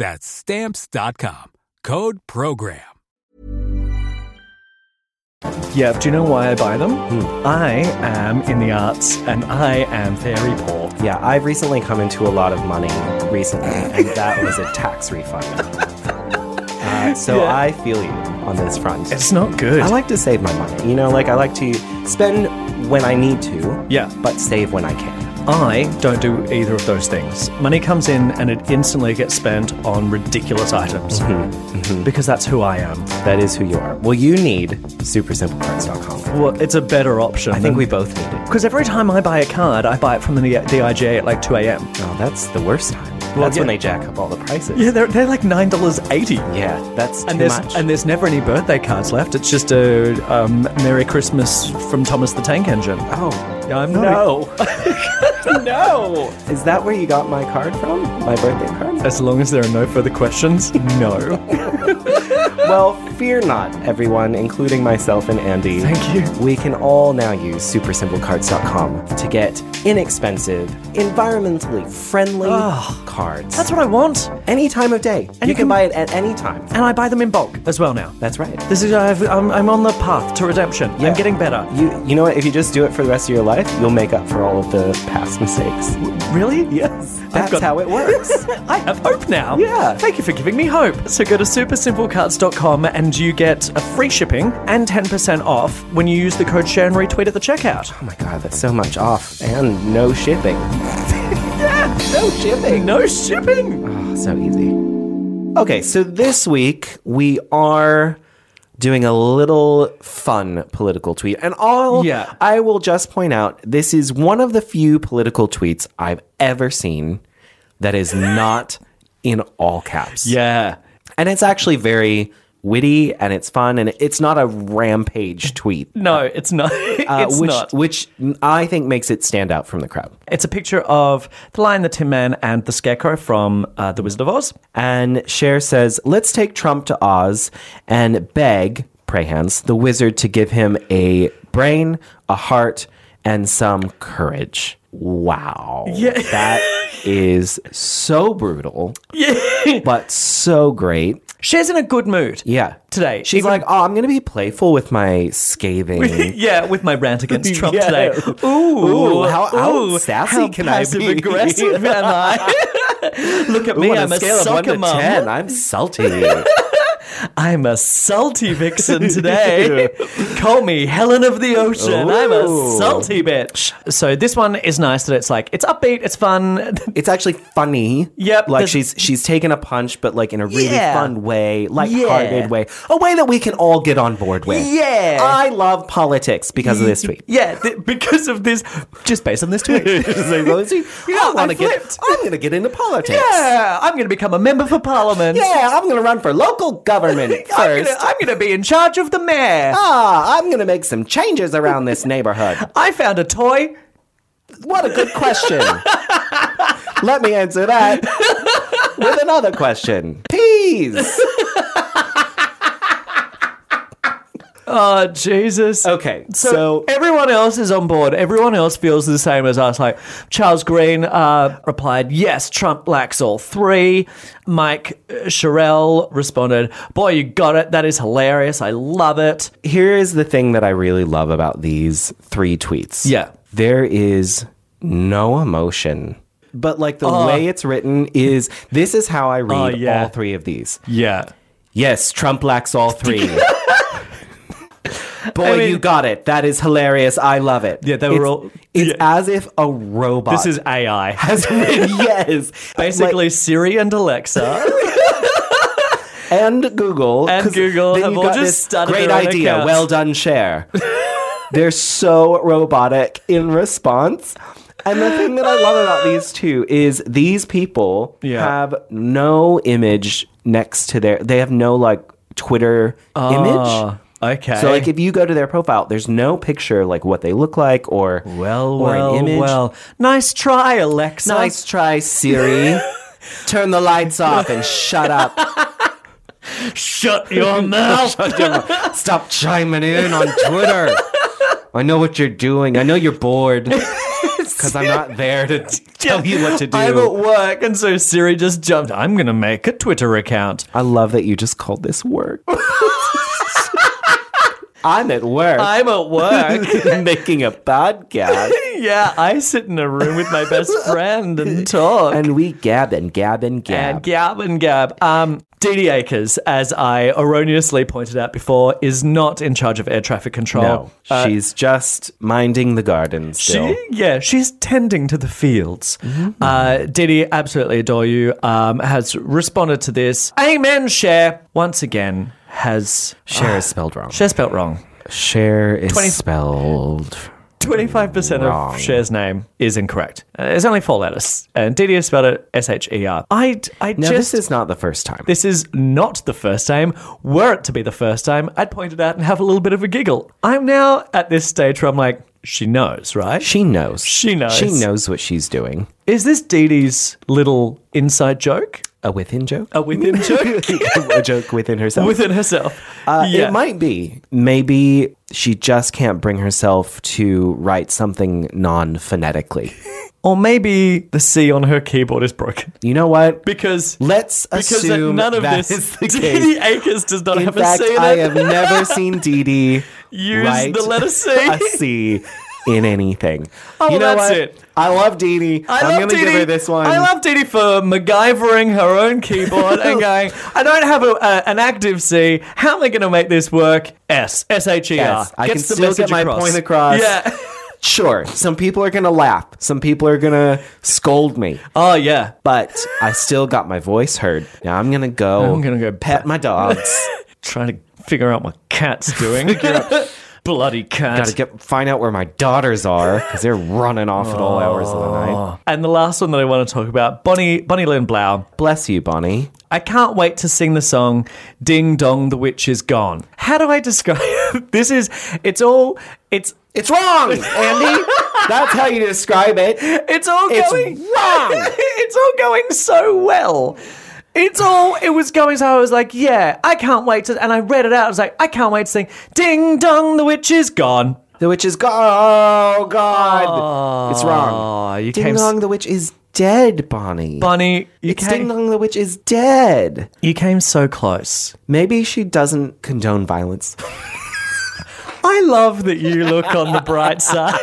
Speaker 5: That's stamps.com. Code program.
Speaker 3: Yeah, do you know why I buy them?
Speaker 2: Hmm.
Speaker 3: I am in the arts and I am very poor.
Speaker 2: Yeah, I've recently come into a lot of money recently, and that was a tax refund. Uh, so
Speaker 3: Yeah.
Speaker 2: I feel you on this front.
Speaker 3: It's not good.
Speaker 2: I like to save my money. You know, like I like to spend when I need to,
Speaker 3: yeah, but
Speaker 2: but save when I can.
Speaker 3: I don't do either of those things. Money comes in and it instantly gets spent on ridiculous items
Speaker 2: Mm-hmm.
Speaker 3: because that's who I am.
Speaker 2: That is who you are. Well, you need supersimplecards.com.
Speaker 3: Well, it's a better option.
Speaker 2: I think we both need it.
Speaker 3: Because every time I buy a card, I buy it from the, the IGA at like 2 a.m.
Speaker 2: Oh, that's the worst time. That's
Speaker 3: yeah.
Speaker 2: when they jack up all the prices.
Speaker 3: Yeah, they're, they're like $9.80.
Speaker 2: Yeah, that's too
Speaker 3: And there's,
Speaker 2: much.
Speaker 3: and there's never any birthday cards left. It's just a um, Merry Christmas from Thomas the Tank Engine.
Speaker 2: oh,
Speaker 3: I'm not
Speaker 2: no. no. Is that where you got my card from? My birthday card?
Speaker 3: e- As long as there are no further questions, no.
Speaker 2: Well, fear not, everyone, including myself and Andy.
Speaker 3: Thank you.
Speaker 2: We can all now use supersimplecards.com to get inexpensive, environmentally friendly cards.
Speaker 3: That's what I want.
Speaker 2: any time of day. And you,
Speaker 3: you
Speaker 2: can,
Speaker 3: can-
Speaker 2: buy it at any time.
Speaker 3: And I buy them in bulk as well now.
Speaker 2: That's right.
Speaker 3: This is I've, I'm, I'm on the path to redemption.
Speaker 2: Yeah.
Speaker 3: I'm getting better.
Speaker 2: You you know what? If you just do it for the rest of your life, you'll make up for all of the past mistakes. Oh
Speaker 3: Really?
Speaker 2: Yes,
Speaker 3: I've
Speaker 2: that's
Speaker 3: got-
Speaker 2: how it works.
Speaker 3: I have hope now.
Speaker 2: Yeah.
Speaker 3: Thank you for giving me hope. So go to supersimplecards.com and and you get a free shipping and 10% off when you use the code share and retweet at the checkout.
Speaker 6: Oh my god, that's so much off and no shipping.
Speaker 3: No shipping. No shipping.
Speaker 6: Oh, so easy.
Speaker 2: Ah, Okay, so this week we are doing a little fun political tweet. And all
Speaker 3: Yeah.
Speaker 2: I will just point out this is one of the few political tweets I've ever seen that is not in all caps.
Speaker 3: Yeah.
Speaker 2: And it's actually very witty and it's fun and it's not a rampage tweet.
Speaker 3: No, it's
Speaker 2: uh,
Speaker 3: not. it's
Speaker 2: which,
Speaker 3: not.
Speaker 2: which I think makes it stand out from the crowd.
Speaker 3: It's a picture of the Lion, the Tin Man, and the Scarecrow from uh, The Wizard of Oz.
Speaker 2: And Cher says, let's take Trump to Oz and beg, pray hands, the wizard to give him a brain, a heart, and some courage. Wow. That is so brutal, but so great.
Speaker 3: Shares in a good mood.
Speaker 2: Yeah.
Speaker 3: Today.
Speaker 2: She's
Speaker 3: Even-
Speaker 2: like, oh, I'm going to be playful with my scathing.
Speaker 3: yeah, with my rant against Trump
Speaker 2: Yeah.
Speaker 3: today. Ooh,
Speaker 2: Ooh, how- how
Speaker 3: ooh,
Speaker 2: sassy
Speaker 3: how
Speaker 2: can I be?
Speaker 3: passive aggressive am I? Look at me,
Speaker 2: On
Speaker 3: I'm a, soccer mum.
Speaker 2: I'm salty.
Speaker 3: I'm a salty vixen today. Call me Helen of the Ocean. I'm a
Speaker 2: Ooh.
Speaker 3: salty bitch. So this one is nice that it's like it's upbeat, it's fun.
Speaker 2: it's actually funny.
Speaker 3: Yep,
Speaker 2: Like
Speaker 3: this-
Speaker 2: she's she's taken a punch, but like in a really
Speaker 3: Yeah.
Speaker 2: fun way, lighthearted
Speaker 3: Yeah.
Speaker 2: way, a way that we can all get on board with.
Speaker 3: Yeah.
Speaker 2: I love politics because of this tweet.
Speaker 3: Yeah, th- because of this, just based on this tweet.
Speaker 2: So this tweet, I
Speaker 3: know,
Speaker 2: wanna
Speaker 3: I
Speaker 2: get.
Speaker 3: flipped.
Speaker 2: I'm gonna get into politics.
Speaker 3: yeah, I'm going to become a member for parliament.
Speaker 2: Yeah, I'm gonna run for local government
Speaker 3: I'm
Speaker 2: first.
Speaker 3: gonna- I'm going to be in charge of the mayor.
Speaker 2: Ah, I'm gonna make some changes around this neighborhood.
Speaker 3: I found a toy.
Speaker 2: What a good question. Let me answer that with another question. Peas.
Speaker 3: Oh, Jesus.
Speaker 2: Okay,
Speaker 3: So,
Speaker 2: so
Speaker 3: everyone else is on board. Everyone else feels the same as us. Like Charles Green uh, replied, "Yes, Trump lacks all three. Mike uh, Sherrill responded, "Boy, you got it. That is hilarious. I love it."
Speaker 2: here is the thing that I really love about these three tweets.
Speaker 3: Yeah.
Speaker 2: There is no emotion. But like the way it's written is this is how I read
Speaker 3: Uh. yeah.
Speaker 2: all three of these.
Speaker 3: Yeah.
Speaker 2: Yes, Trump lacks all three. Boy,
Speaker 3: mean-
Speaker 2: you got it. That is hilarious. I love it.
Speaker 3: Yeah, they were
Speaker 2: it's,
Speaker 3: all-
Speaker 2: It's
Speaker 3: yeah.
Speaker 2: as if a robot.
Speaker 3: This is AI.
Speaker 2: has yes,
Speaker 3: Basically, Siri and Alexa.
Speaker 2: Like- and Google
Speaker 3: And
Speaker 2: 'cause
Speaker 3: Google
Speaker 2: then
Speaker 3: have
Speaker 2: you
Speaker 3: all
Speaker 2: got
Speaker 3: just
Speaker 2: this
Speaker 3: started
Speaker 2: Great
Speaker 3: their own
Speaker 2: idea.
Speaker 3: accounts.
Speaker 2: Well done, share. They're so robotic in response. And the thing that I love about these two is these people
Speaker 3: Yeah.
Speaker 2: have no image next to their. They have no like Twitter image.
Speaker 3: Ah, okay.
Speaker 2: So like if you go to their profile, there's no picture like what they look like or
Speaker 3: well,
Speaker 2: or
Speaker 3: well,
Speaker 2: an image.
Speaker 3: well. Nice try, Alexa.
Speaker 2: Nice try, Siri. Turn the lights off and shut up.
Speaker 3: Shut your mouth.
Speaker 2: Stop chiming in on Twitter. I know what you're doing. I know you're bored because I'm not there to t- tell you what to
Speaker 3: I'm at
Speaker 2: do.
Speaker 3: work, and so Siri just jumped. I'm going to make a Twitter account.
Speaker 2: I love that you just called this work. I'm at work.
Speaker 3: I'm at work.
Speaker 2: making a podcast.
Speaker 3: yeah, I sit in a room with my best friend and talk and,
Speaker 2: And we gab and gab and gab.
Speaker 3: gab and gab. Um, Didi Akers, as I erroneously pointed out before, is not in charge of air traffic control.
Speaker 2: no,
Speaker 3: Uh,
Speaker 2: she's just minding the garden still. Mm-hmm.
Speaker 3: she, yeah, she's tending to the fields. Uh, Didi, absolutely adore you. Um, has responded to this. Amen, Cher. Once again, has
Speaker 2: Share is spelled wrong.
Speaker 3: Cher spelt wrong.
Speaker 2: Share is
Speaker 3: 20
Speaker 2: spelled.
Speaker 3: 25%
Speaker 2: Wrong.
Speaker 3: of Cher's name is incorrect. Uh, there's only four letters. And Didier spelled it S H E R. I, I
Speaker 2: Now,
Speaker 3: just.
Speaker 2: this is not the first time.
Speaker 3: this is not the first time. Were it to be the first time, I'd point it out and have a little bit of a giggle. I'm now at this stage where I'm like, she knows, right?
Speaker 2: She knows.
Speaker 3: She knows.
Speaker 2: She knows what she's doing.
Speaker 3: Is this Didi's little inside joke?
Speaker 2: A within joke?
Speaker 3: A within joke?
Speaker 2: a joke within herself.
Speaker 3: Within herself.
Speaker 2: Uh, It might be. Maybe she just can't bring herself to write something non phonetically.
Speaker 3: Or maybe the C on her keyboard is broken.
Speaker 2: You know what?
Speaker 3: Because.
Speaker 2: Let's
Speaker 3: because
Speaker 2: assume
Speaker 3: none of
Speaker 2: that
Speaker 3: this,
Speaker 2: is the
Speaker 3: Didi
Speaker 2: case.
Speaker 3: Akers does not
Speaker 2: In
Speaker 3: have
Speaker 2: fact,
Speaker 3: a C in
Speaker 2: I
Speaker 3: it.
Speaker 2: have never seen Dee Dee
Speaker 3: Use
Speaker 2: write
Speaker 3: the letter C.
Speaker 2: a C in anything.
Speaker 3: Oh,
Speaker 2: you know
Speaker 3: that's
Speaker 2: what?
Speaker 3: it.
Speaker 2: I love Deanie.
Speaker 3: I
Speaker 2: am
Speaker 3: love
Speaker 2: gonna give
Speaker 3: Didi-
Speaker 2: her this one.
Speaker 3: I love Didi for MacGyvering her own keyboard and going, I don't have a, a, an active C. How am I going to make this work? S. S-H-E-R.
Speaker 2: Yes, I
Speaker 3: Gets
Speaker 2: can
Speaker 3: the
Speaker 2: still
Speaker 3: message
Speaker 2: get my point across.
Speaker 3: Yeah.
Speaker 2: Sure, some people are gonna laugh. Some people are gonna scold me.
Speaker 3: Oh, yeah.
Speaker 2: But I still got my voice heard. Now I'm gonna go.
Speaker 3: I'm gonna go
Speaker 2: pet my dogs.
Speaker 3: Trying to figure out what cat's doing. Bloody cat.
Speaker 2: Gotta get find out where my daughters are because they're running off at all hours of the night.
Speaker 3: and the last one that I want to talk about, Bonnie, Bonnie Lynn Blau.
Speaker 2: Bless you, Bonnie.
Speaker 3: I can't wait to sing the song Ding Dong the Witch is Gone. How do I describe this is it's all it's
Speaker 2: It's wrong, Andy. That's how you describe it.
Speaker 3: it's all
Speaker 2: It's
Speaker 3: going
Speaker 2: wrong.
Speaker 3: it's all going so well. It's all it was going so I was like, yeah, I can't wait to and I read it out, I was like, I can't wait to sing Ding Dong the Witch is Gone.
Speaker 2: The witch is gone. Oh God, it's wrong.
Speaker 3: Oh, you
Speaker 2: Ding
Speaker 3: came s-
Speaker 2: dong, the witch is dead, Bonnie.
Speaker 3: Bonnie, you
Speaker 2: it's ding
Speaker 3: came,
Speaker 2: dong, the witch is dead.
Speaker 3: you came so close.
Speaker 2: Maybe she doesn't condone violence.
Speaker 3: I love that you look on the bright side.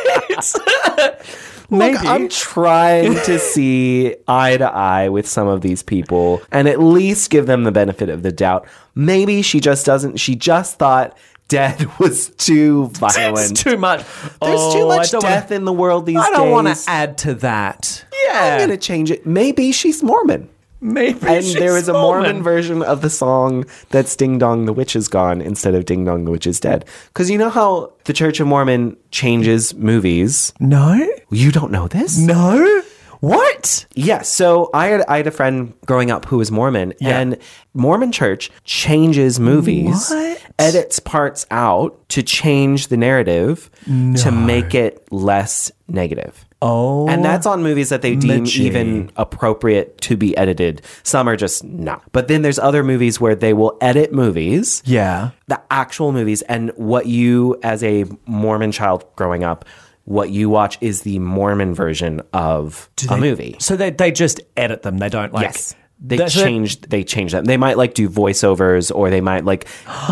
Speaker 3: Maybe
Speaker 2: Look, I'm trying to see eye to eye with some of these people and at least give them the benefit of the doubt. Maybe she just doesn't. She just thought dead was too
Speaker 3: it's
Speaker 2: violent.
Speaker 3: too much.
Speaker 2: There's too
Speaker 3: Oh, I
Speaker 2: much
Speaker 3: don't
Speaker 2: death
Speaker 3: wanna,
Speaker 2: in the world these
Speaker 3: I don't want
Speaker 2: days.
Speaker 3: to add to that.
Speaker 2: I'm going to change it. Maybe she's Mormon.
Speaker 3: maybe.
Speaker 2: And
Speaker 3: she's
Speaker 2: there is a Mormon version of the song that's Ding Dong the Witch is Gone instead of Ding Dong the Witch is Dead. Because you know how the Church of Mormon changes movies?
Speaker 3: No,
Speaker 2: You don't know this?
Speaker 3: no. What?
Speaker 2: Yeah, so I had I had a friend growing up who was Mormon, and Mormon Church changes movies,
Speaker 3: What?
Speaker 2: edits parts out to change the narrative to make it less negative.
Speaker 3: Oh,
Speaker 2: And that's on movies that they deem
Speaker 3: Mitchy.
Speaker 2: even appropriate to be edited. Some are just not. But then there's other movies where they will edit movies
Speaker 3: yeah.
Speaker 2: the actual movies and what you as a Mormon child growing up, what you watch is the Mormon version of a movie.
Speaker 3: So they they just edit them. They don't like.
Speaker 2: yes. They
Speaker 3: That's-
Speaker 2: changed they changed them. They might like do voiceovers or they might like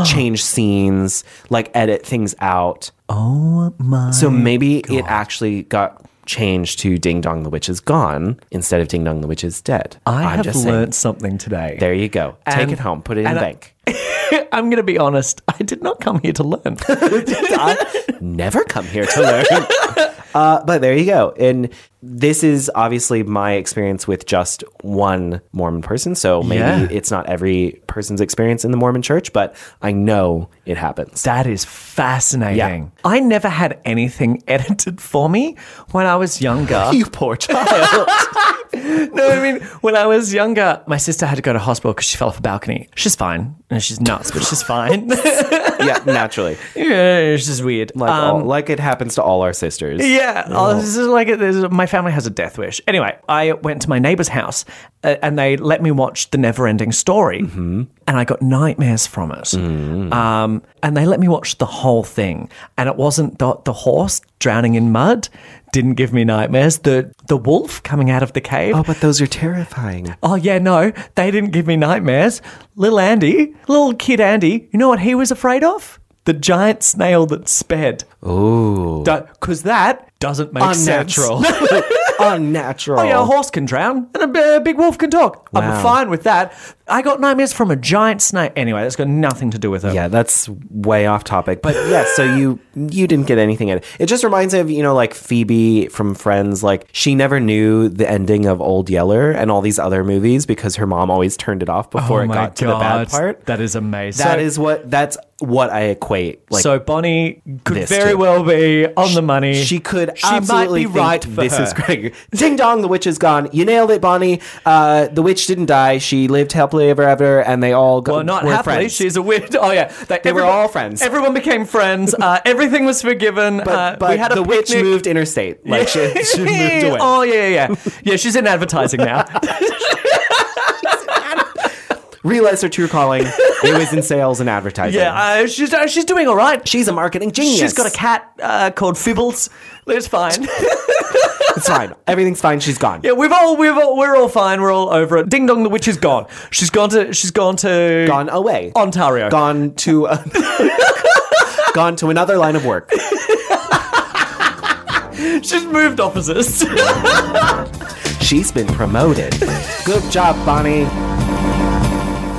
Speaker 2: change scenes, like edit things out.
Speaker 3: Oh my.
Speaker 2: So maybe it actually got changed to Ding Dong the Witch is Gone instead of Ding Dong the Witch is Dead.
Speaker 3: I
Speaker 2: I'm
Speaker 3: have
Speaker 2: just saying.
Speaker 3: learned something today.
Speaker 2: There you go. Take
Speaker 3: And-
Speaker 2: it home. Put it in
Speaker 3: and
Speaker 2: the
Speaker 3: I-
Speaker 2: bank.
Speaker 3: I'm going to be honest. I did not come here to learn.
Speaker 2: never come here to learn. uh, but there you go. And this is obviously my experience with just one Mormon person. So maybe
Speaker 3: Yeah.
Speaker 2: it's not every person's experience in the Mormon church, but I know it happens.
Speaker 3: That is fascinating. I never had anything edited for me when I was younger.
Speaker 2: You poor child.
Speaker 3: no, I mean, when I was younger, my sister had to go to hospital because she fell off a balcony. She's fine. And she's nuts, but she's fine.
Speaker 2: yeah, naturally.
Speaker 3: yeah, it's just weird.
Speaker 2: Like, all, like it happens to all our sisters.
Speaker 3: Yeah, oh, this is like this is- my family has a death wish. Anyway, I went to my neighbor's house uh, and they let me watch The Neverending Story, and I got nightmares from it. Um, and they let me watch the whole thing, and it wasn't the, the horse drowning in mud didn't give me nightmares. The the wolf coming out of the cave.
Speaker 2: Oh, but those are terrifying.
Speaker 3: Oh yeah, no, they didn't give me nightmares. Little Andy, little kid Andy, you know what he was afraid of? The giant snail that sped. Ooh. Because that doesn't make
Speaker 2: Unnatural.
Speaker 3: sense.
Speaker 2: Unnatural.
Speaker 3: oh yeah, a horse can drown and a b- a big wolf can talk.
Speaker 2: Wow.
Speaker 3: I'm fine with that. I got nightmares from a giant snake. Anyway, that's got nothing to do with it.
Speaker 2: Yeah, that's way off topic. But yeah, so you you didn't get anything out of it. It just reminds me of, you know, like Phoebe from Friends, like she never knew the ending of Old Yeller and all these other movies because her mom always turned it off before it got to the bad part.
Speaker 3: Oh That is amazing.
Speaker 2: That
Speaker 3: So-
Speaker 2: is what that's what I equate. Like
Speaker 3: so Bonnie could
Speaker 2: this
Speaker 3: very
Speaker 2: too.
Speaker 3: well be on the money.
Speaker 2: she could
Speaker 3: She
Speaker 2: absolutely
Speaker 3: might be
Speaker 2: think
Speaker 3: right for
Speaker 2: this
Speaker 3: her.
Speaker 2: is Greg. Ding dong, the witch is gone. You nailed it, Bonnie. Uh, the witch didn't die. She lived happily ever after, and they all got,
Speaker 3: Well, not
Speaker 2: were
Speaker 3: happily.
Speaker 2: friends.
Speaker 3: She's a witch. Oh yeah, they,
Speaker 2: were
Speaker 3: everybo-
Speaker 2: all friends.
Speaker 3: Everyone became friends. Uh, everything was forgiven.
Speaker 2: but,
Speaker 3: uh,
Speaker 2: but
Speaker 3: we had a
Speaker 2: the witch
Speaker 3: picnic.
Speaker 2: moved interstate. Like she, she moved away.
Speaker 3: oh yeah, yeah, yeah. Yeah, she's in advertising now.
Speaker 2: realized her true calling. it was in sales and advertising.
Speaker 3: yeah, uh, she's uh, she's doing all right.
Speaker 2: she's a marketing genius.
Speaker 3: She's got a cat uh, called Fibbles. It's fine.
Speaker 2: It's fine. Everything's fine. She's gone.
Speaker 3: yeah, we've all we've all, we're all fine. We're all over it. Ding dong, the witch is gone. She's gone to she's gone to
Speaker 2: Gone away.
Speaker 3: Ontario.
Speaker 2: Gone to. gone to another line of work.
Speaker 3: She's moved opposites.
Speaker 2: She's been promoted. Good job, Bonnie.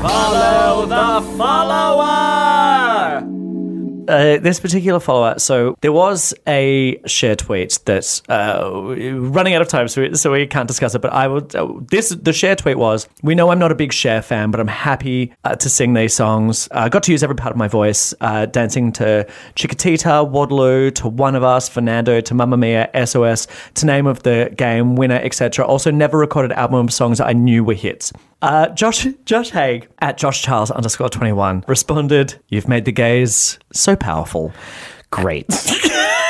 Speaker 3: Follow the follower. Uh, this particular follower. So there was a share tweet that's uh, running out of time, so we, so we can't discuss it. But I would. Uh, this the share tweet was. We know I'm not a big share fan, but I'm happy uh, to sing these songs. I got to use every part of my voice, uh, dancing to Chiquitita, Waterloo, to One of Us, Fernando, to Mamma Mia, SOS, to name of the game, Winner, etc. Also, never recorded album of songs that I knew were hits. Uh, Josh Josh Haig at Josh Charles underscore twenty one responded, "You've made the gays so powerful."
Speaker 2: Great.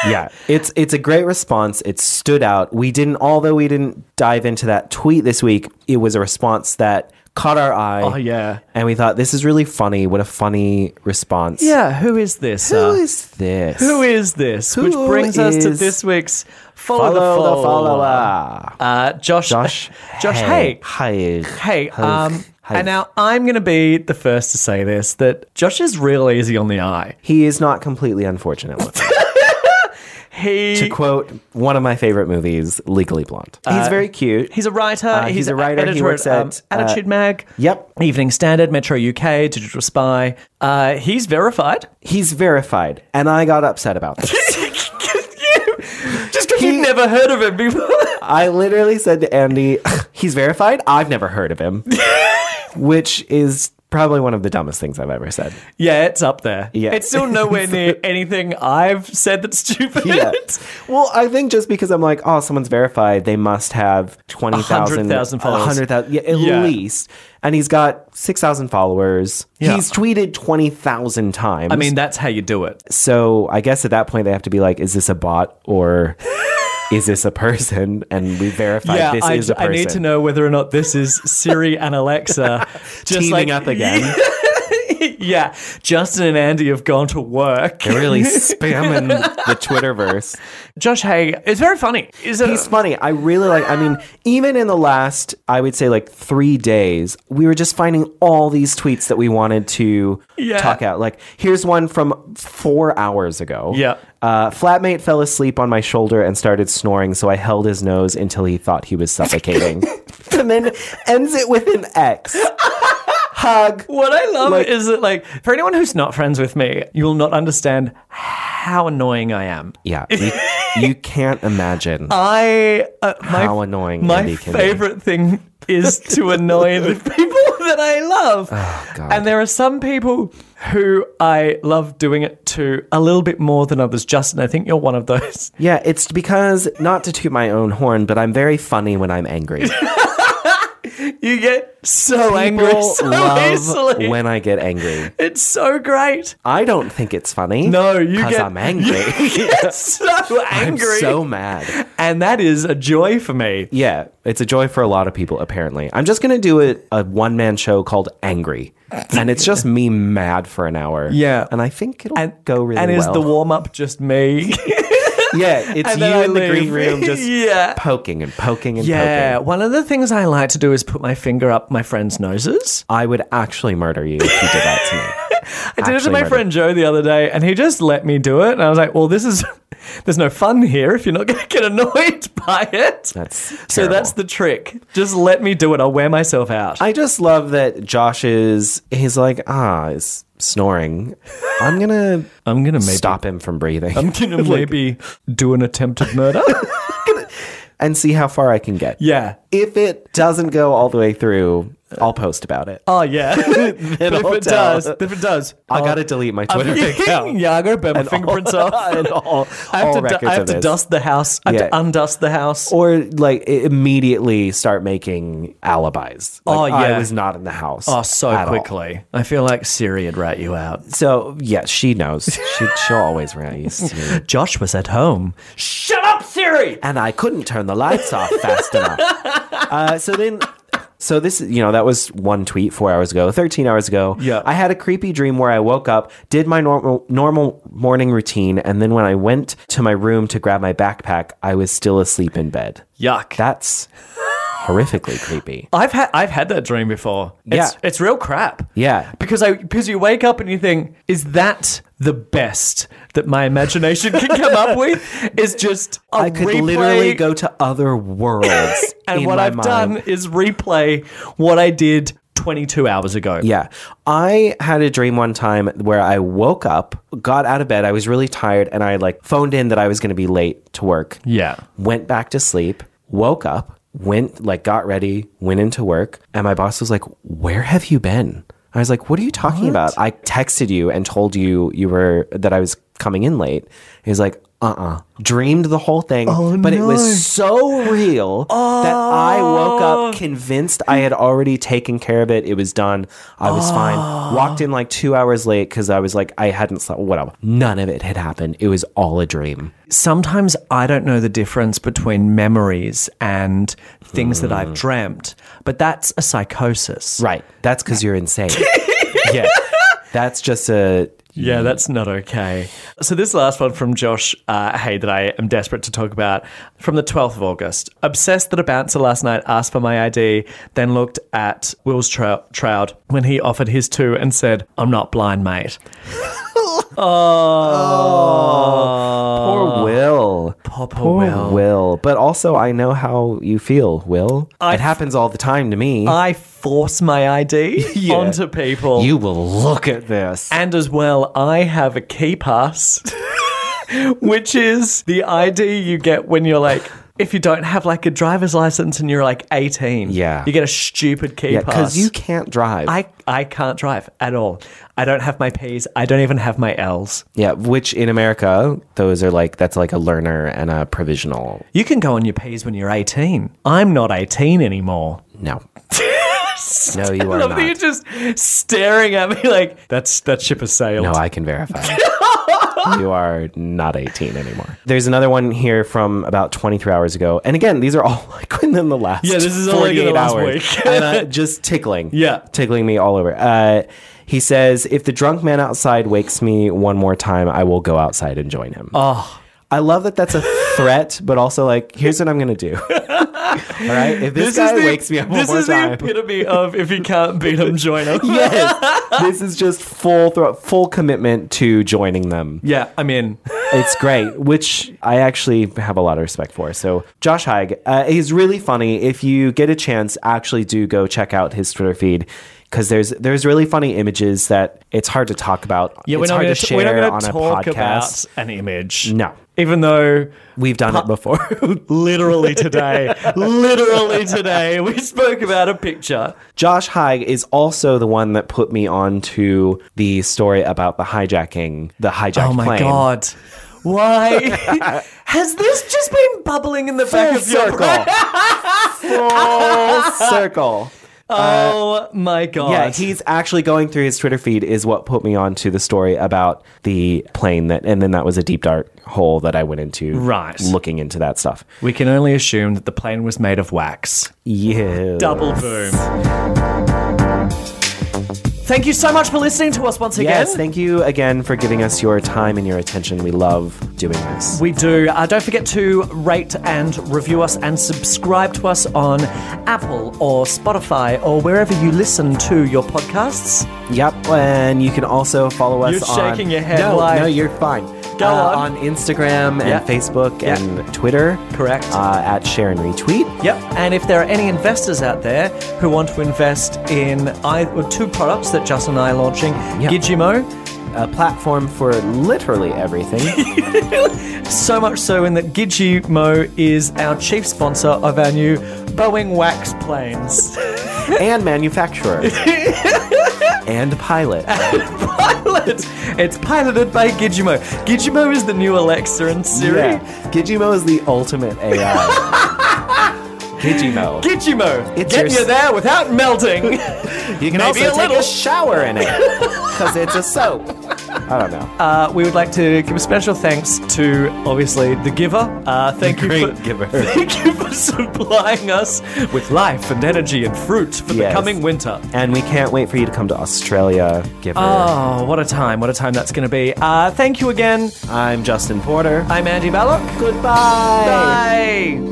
Speaker 2: yeah, it's it's a great response. It stood out. We didn't, although we didn't dive into that tweet this week. It was a response that caught our eye.
Speaker 3: Oh, yeah.
Speaker 2: and we thought this is really funny. What a funny response.
Speaker 3: Yeah, who is this?
Speaker 2: Who
Speaker 3: uh,
Speaker 2: is this?
Speaker 3: who is this? Which
Speaker 2: Who
Speaker 3: brings us to
Speaker 2: is-
Speaker 3: this week's follow,
Speaker 2: follow the
Speaker 3: the follower.
Speaker 2: follower?
Speaker 3: Uh, Josh
Speaker 2: Josh.
Speaker 3: Josh
Speaker 2: Hey.
Speaker 3: Haig. Hey, um,
Speaker 2: Hey.
Speaker 3: and now I'm going to be the first to say this that Josh is real easy on the eye.
Speaker 2: He is not completely unfortunate. looking.
Speaker 3: He
Speaker 2: to quote one of my favorite movies, Legally Blonde. he's very cute.
Speaker 3: Uh, He's a writer.
Speaker 2: Uh, he's a
Speaker 3: a-
Speaker 2: writer. He
Speaker 3: Editor
Speaker 2: works
Speaker 3: at, um,
Speaker 2: at, uh,
Speaker 3: Attitude Mag.
Speaker 2: yep.
Speaker 3: Evening Standard, Metro UK, Digital Spy. Uh, he's verified.
Speaker 2: he's verified, and I got upset about this.
Speaker 3: Just because you've never heard of him before.
Speaker 2: I literally said to Andy, "He's verified. I've never heard of him," which is probably one of the dumbest things I've ever said.
Speaker 3: yeah, it's up there.
Speaker 2: Yeah.
Speaker 3: It's still nowhere near anything I've said that's stupid.
Speaker 2: Yeah. Well, I think just because I'm like, oh, someone's verified, they must have 20,000
Speaker 3: 100,000 followers.
Speaker 2: 100,000, yeah, at
Speaker 3: Yeah.
Speaker 2: least. And he's got 6,000 followers.
Speaker 3: Yeah.
Speaker 2: He's tweeted 20,000 times.
Speaker 3: I mean, that's how you do it.
Speaker 2: so I guess at that point they have to be like, is this a bot or is this a person? And we verified
Speaker 3: yeah,
Speaker 2: this
Speaker 3: I,
Speaker 2: is a
Speaker 3: I
Speaker 2: person.
Speaker 3: need to know whether or not this is Siri and Alexa just
Speaker 2: Teaming
Speaker 3: like-
Speaker 2: up again.
Speaker 3: Yeah, Justin and Andy have gone to work.
Speaker 2: They're really spamming the Twitterverse.
Speaker 3: Josh Haig is very funny. Is it?
Speaker 2: He's funny. I really like. I mean, even in the last, I would say like three days, we were just finding all these tweets that we wanted to
Speaker 3: Yeah.
Speaker 2: talk out. Like, here's one from four hours ago.
Speaker 3: Yeah.
Speaker 2: Uh, flatmate fell asleep on my shoulder and started snoring, so I held his nose until he thought he was suffocating, and then ends it with an X. Hug.
Speaker 3: What I love
Speaker 2: Like-
Speaker 3: is that, like, for anyone who's not friends with me, you will not understand how annoying I am.
Speaker 2: Yeah. You, you can't
Speaker 3: Oh,
Speaker 2: imagine.
Speaker 3: I uh, my,
Speaker 2: How annoying
Speaker 3: My
Speaker 2: Andy can be.
Speaker 3: favorite thing is to annoy the people that I love,
Speaker 2: Oh, God.
Speaker 3: and there are some people who I love doing it to a little bit more than others. Justin, I think you're one of those.
Speaker 2: Yeah, it's because not to toot my own horn, but I'm very funny when I'm angry.
Speaker 3: You get so angry so
Speaker 2: love
Speaker 3: easily.
Speaker 2: when I get angry.
Speaker 3: it's so great.
Speaker 2: I don't think it's funny.
Speaker 3: No, you
Speaker 2: because
Speaker 3: get-
Speaker 2: I'm angry.
Speaker 3: It's so angry.
Speaker 2: I'm so mad.
Speaker 3: and that is a joy for me.
Speaker 2: Yeah, it's a joy for a lot of people. Apparently, I'm just gonna do a, a one man show called Angry, and it's just me mad for an hour.
Speaker 3: Yeah.
Speaker 2: and I think it'll go really
Speaker 3: and
Speaker 2: well.
Speaker 3: is the warm up just me?
Speaker 2: yeah, it's
Speaker 3: and
Speaker 2: you
Speaker 3: then I
Speaker 2: in the
Speaker 3: leave.
Speaker 2: green room just
Speaker 3: Yeah.
Speaker 2: poking and poking and
Speaker 3: yeah.
Speaker 2: poking.
Speaker 3: One of the things I like to do is put my finger up my friends' noses.
Speaker 2: I would actually murder you if you did that to me.
Speaker 3: I did it to
Speaker 2: Actually
Speaker 3: my
Speaker 2: murder.
Speaker 3: friend Joe the other day, and he just let me do it. And I was like, "Well, this is there's no fun here if you're not going to get annoyed by it."
Speaker 2: That's
Speaker 3: so.
Speaker 2: terrible.
Speaker 3: That's the trick. Just let me do it. I'll wear myself out.
Speaker 2: I just love that Josh is he's like, ah, he's snoring. I'm gonna
Speaker 3: I'm gonna maybe
Speaker 2: stop him from breathing.
Speaker 3: I'm gonna maybe do an attempted murder.
Speaker 2: and see how far I can get.
Speaker 3: yeah.
Speaker 2: If it doesn't go all the way through, I'll post about it.
Speaker 3: Oh yeah. But if
Speaker 2: Then I'll
Speaker 3: it
Speaker 2: tell.
Speaker 3: does, if it does,
Speaker 2: I gotta delete my Twitter account.
Speaker 3: Uh, yeah, I gotta burn my fingerprints off.
Speaker 2: and all,
Speaker 3: I have
Speaker 2: all
Speaker 3: to, du-
Speaker 2: records
Speaker 3: I have
Speaker 2: of
Speaker 3: to
Speaker 2: this.
Speaker 3: dust the house. I have to
Speaker 2: Yeah.
Speaker 3: undust the house.
Speaker 2: Or like i- immediately start making alibis. Like,
Speaker 3: Oh,
Speaker 2: I
Speaker 3: yeah.
Speaker 2: was not in the house.
Speaker 3: oh, so
Speaker 2: at all.
Speaker 3: quickly. I feel like Siri would rat you out.
Speaker 2: So yeah, she knows. She, she'll always rat you. Siri.
Speaker 3: Josh was at home. Shut up, Siri!
Speaker 2: and I couldn't turn the lights off fast enough. Uh, so then, so this, you know, that was one tweet four hours ago, 13 hours ago.
Speaker 3: Yeah.
Speaker 2: I had a creepy dream where I woke up, did my normal, normal morning routine, and then when I went to my room to grab my backpack, I was still asleep in bed.
Speaker 3: Yuck.
Speaker 2: That's horrifically creepy.
Speaker 3: I've had I've had that dream before. It's,
Speaker 2: Yeah.
Speaker 3: it's real crap.
Speaker 2: Yeah.
Speaker 3: because I because you wake up and you think, is that the best that my imagination can come up with? Is just a
Speaker 2: I could
Speaker 3: replay,
Speaker 2: literally go to other worlds.
Speaker 3: and
Speaker 2: in
Speaker 3: what
Speaker 2: my
Speaker 3: I've
Speaker 2: mind.
Speaker 3: done is replay what I did 22 hours ago.
Speaker 2: Yeah. I had a dream one time where I woke up, got out of bed, I was really tired, and I like phoned in that I was going to be late to work.
Speaker 3: Yeah.
Speaker 2: Went back to sleep, woke up, went, like, got ready, went into work, and my boss was like, Where have you been? I was like, What are you talking about? I texted you and told you you were that I was coming in late. He was like, uh uh Dreamed the whole thing. but it was so real that I woke up convinced I had already taken care of it. It was done. I was fine. Walked in like two hours late because I was like, I hadn't slept. Whatever. None of it had happened. It was all a dream.
Speaker 3: Sometimes I don't know the difference between memories and things that I've dreamt, but that's a psychosis.
Speaker 2: Right. That's because you're insane. yeah. That's just a.
Speaker 3: Yeah, that's not okay. So, this last one from Josh uh, Hay that I am desperate to talk about from the 12th of August. Obsessed that a bouncer last night asked for my ID, then looked at Will's Trou- Trout when he offered his two and said, I'm not blind, mate. Oh.
Speaker 2: Poor Will.
Speaker 3: Oh, Poor, poor
Speaker 2: Will. But also, I know how you feel, Will. it happens all the time to me.
Speaker 3: I force my ID onto people.
Speaker 2: you will look at this.
Speaker 3: And as well, I have a key pass, which is the ID you get when you're like, if you don't have like a driver's license and you're like 18.
Speaker 2: Yeah.
Speaker 3: You get a stupid key
Speaker 2: yeah,
Speaker 3: pass.
Speaker 2: because you can't drive.
Speaker 3: I, I can't drive at all. I don't have my P's. I don't even have my L's.
Speaker 2: Yeah, which in America, those are like that's like a learner and a provisional.
Speaker 3: You can go on your P's when you're 18. I'm not 18 anymore.
Speaker 2: No, no, you
Speaker 3: I
Speaker 2: are
Speaker 3: love that
Speaker 2: not.
Speaker 3: you're just staring at me like, that's that ship has sailed.
Speaker 2: No, I can verify. you are not 18 anymore. There's another one here from about 23 hours ago, and again, these are all like within the last
Speaker 3: Yeah, this is all, like, in the
Speaker 2: 48
Speaker 3: last
Speaker 2: hours,
Speaker 3: week.
Speaker 2: and uh, just tickling.
Speaker 3: Yeah.
Speaker 2: tickling me all over. Uh, he says, "If the drunk man outside wakes me one more time, I will go outside and join him." Oh.
Speaker 3: Ah.
Speaker 2: I love that that's a threat, but also like, here's what I'm gonna do. all right, if this, guy wakes me up one
Speaker 3: this
Speaker 2: more
Speaker 3: is
Speaker 2: time,
Speaker 3: the epitome of if you can't beat 'em, join 'em.
Speaker 2: yes, this is just full thro- full commitment to joining them.
Speaker 3: Yeah, I'm in.
Speaker 2: It's great, which I actually have a lot of respect for. So Josh Haig, uh, he's really funny. If you get a chance, actually do go check out his Twitter feed because there's there's really funny images that it's hard to talk about.
Speaker 3: Yeah, we're
Speaker 2: it's
Speaker 3: not
Speaker 2: hard
Speaker 3: going
Speaker 2: to
Speaker 3: to we're
Speaker 2: share
Speaker 3: not
Speaker 2: on
Speaker 3: going
Speaker 2: a
Speaker 3: to talk
Speaker 2: podcast.
Speaker 3: about an image.
Speaker 2: No.
Speaker 3: even though
Speaker 2: We've done it before.
Speaker 3: literally today, literally today, we spoke about a picture.
Speaker 2: Josh Haig is also the one that put me on to the story about the hijacking, the hijacked
Speaker 3: Oh my
Speaker 2: plane.
Speaker 3: god. Why has this just been bubbling in the
Speaker 2: Full
Speaker 3: back of your brain?
Speaker 2: circle. Full circle.
Speaker 3: Oh my god!
Speaker 2: Uh, Yeah, he's actually going through his Twitter feed is what put me on to the story about the plane that and then that was a deep dark hole that I went into
Speaker 3: Right.
Speaker 2: looking into that stuff.
Speaker 3: we can only assume that the plane was made of wax.
Speaker 2: Yeah.
Speaker 3: Double boom. Thank you so much for listening to us once again.
Speaker 2: Yes, thank you again for giving us your time and your attention. We love doing this.
Speaker 3: We do. Uh, don't forget to rate and review us and subscribe to us on Apple or Spotify or wherever you listen to your podcasts.
Speaker 2: Yep, and you can also follow us
Speaker 3: You're
Speaker 2: on
Speaker 3: shaking your head
Speaker 2: No,
Speaker 3: like-
Speaker 2: no, you're fine. Uh,
Speaker 3: Go
Speaker 2: on
Speaker 3: on.
Speaker 2: Instagram and
Speaker 3: Yeah.
Speaker 2: Facebook
Speaker 3: Yeah.
Speaker 2: and Twitter.
Speaker 3: Correct.
Speaker 2: Uh, at share and retweet.
Speaker 3: Yep. And if there are any investors out there who want to invest in either, two products that Justin and I are launching,
Speaker 2: Yeah.
Speaker 3: Gijimo,
Speaker 2: A platform for literally everything.
Speaker 3: so much so in that Gijimo is our chief sponsor of our new Boeing Wax planes.
Speaker 2: and manufacturer and pilot.
Speaker 3: Pilot! It's piloted by Gijimo. Gijimo is the new Alexa and Siri.
Speaker 2: Yeah. Gijimo is the ultimate AI. Gijimo.
Speaker 3: Gijimo,
Speaker 2: It's
Speaker 3: get
Speaker 2: your-
Speaker 3: you there without melting.
Speaker 2: you can
Speaker 3: maybe
Speaker 2: also
Speaker 3: a
Speaker 2: take
Speaker 3: little.
Speaker 2: a shower in it because it's a soap. I don't know.
Speaker 3: uh, we would like to give a special thanks to obviously the giver. Uh, thank you,
Speaker 2: great
Speaker 3: for,
Speaker 2: giver.
Speaker 3: Thank you for supplying us with life and energy and fruit for the
Speaker 2: Yes.
Speaker 3: coming winter.
Speaker 2: and we can't wait for you to come to Australia, giver.
Speaker 3: Oh, what a time! What a time that's going to be. Uh, thank you again.
Speaker 2: I'm Justin Porter.
Speaker 3: I'm Andy Ballock.
Speaker 2: Goodbye.
Speaker 3: Bye.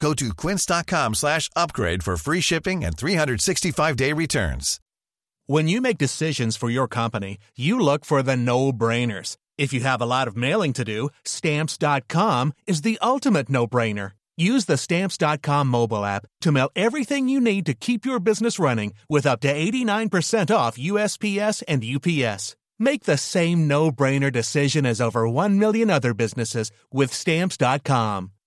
Speaker 7: Go to quince.com slash upgrade for free shipping and 365-day returns.
Speaker 8: When you make decisions for your company, you look for the no brainers. If you have a lot of mailing to do, stamps.com is the ultimate no brainer. Use the stamps.com mobile app to mail everything you need to keep your business running with up to 89% off USPS and UPS. Make the same no brainer decision as over 1 million other businesses with stamps.com.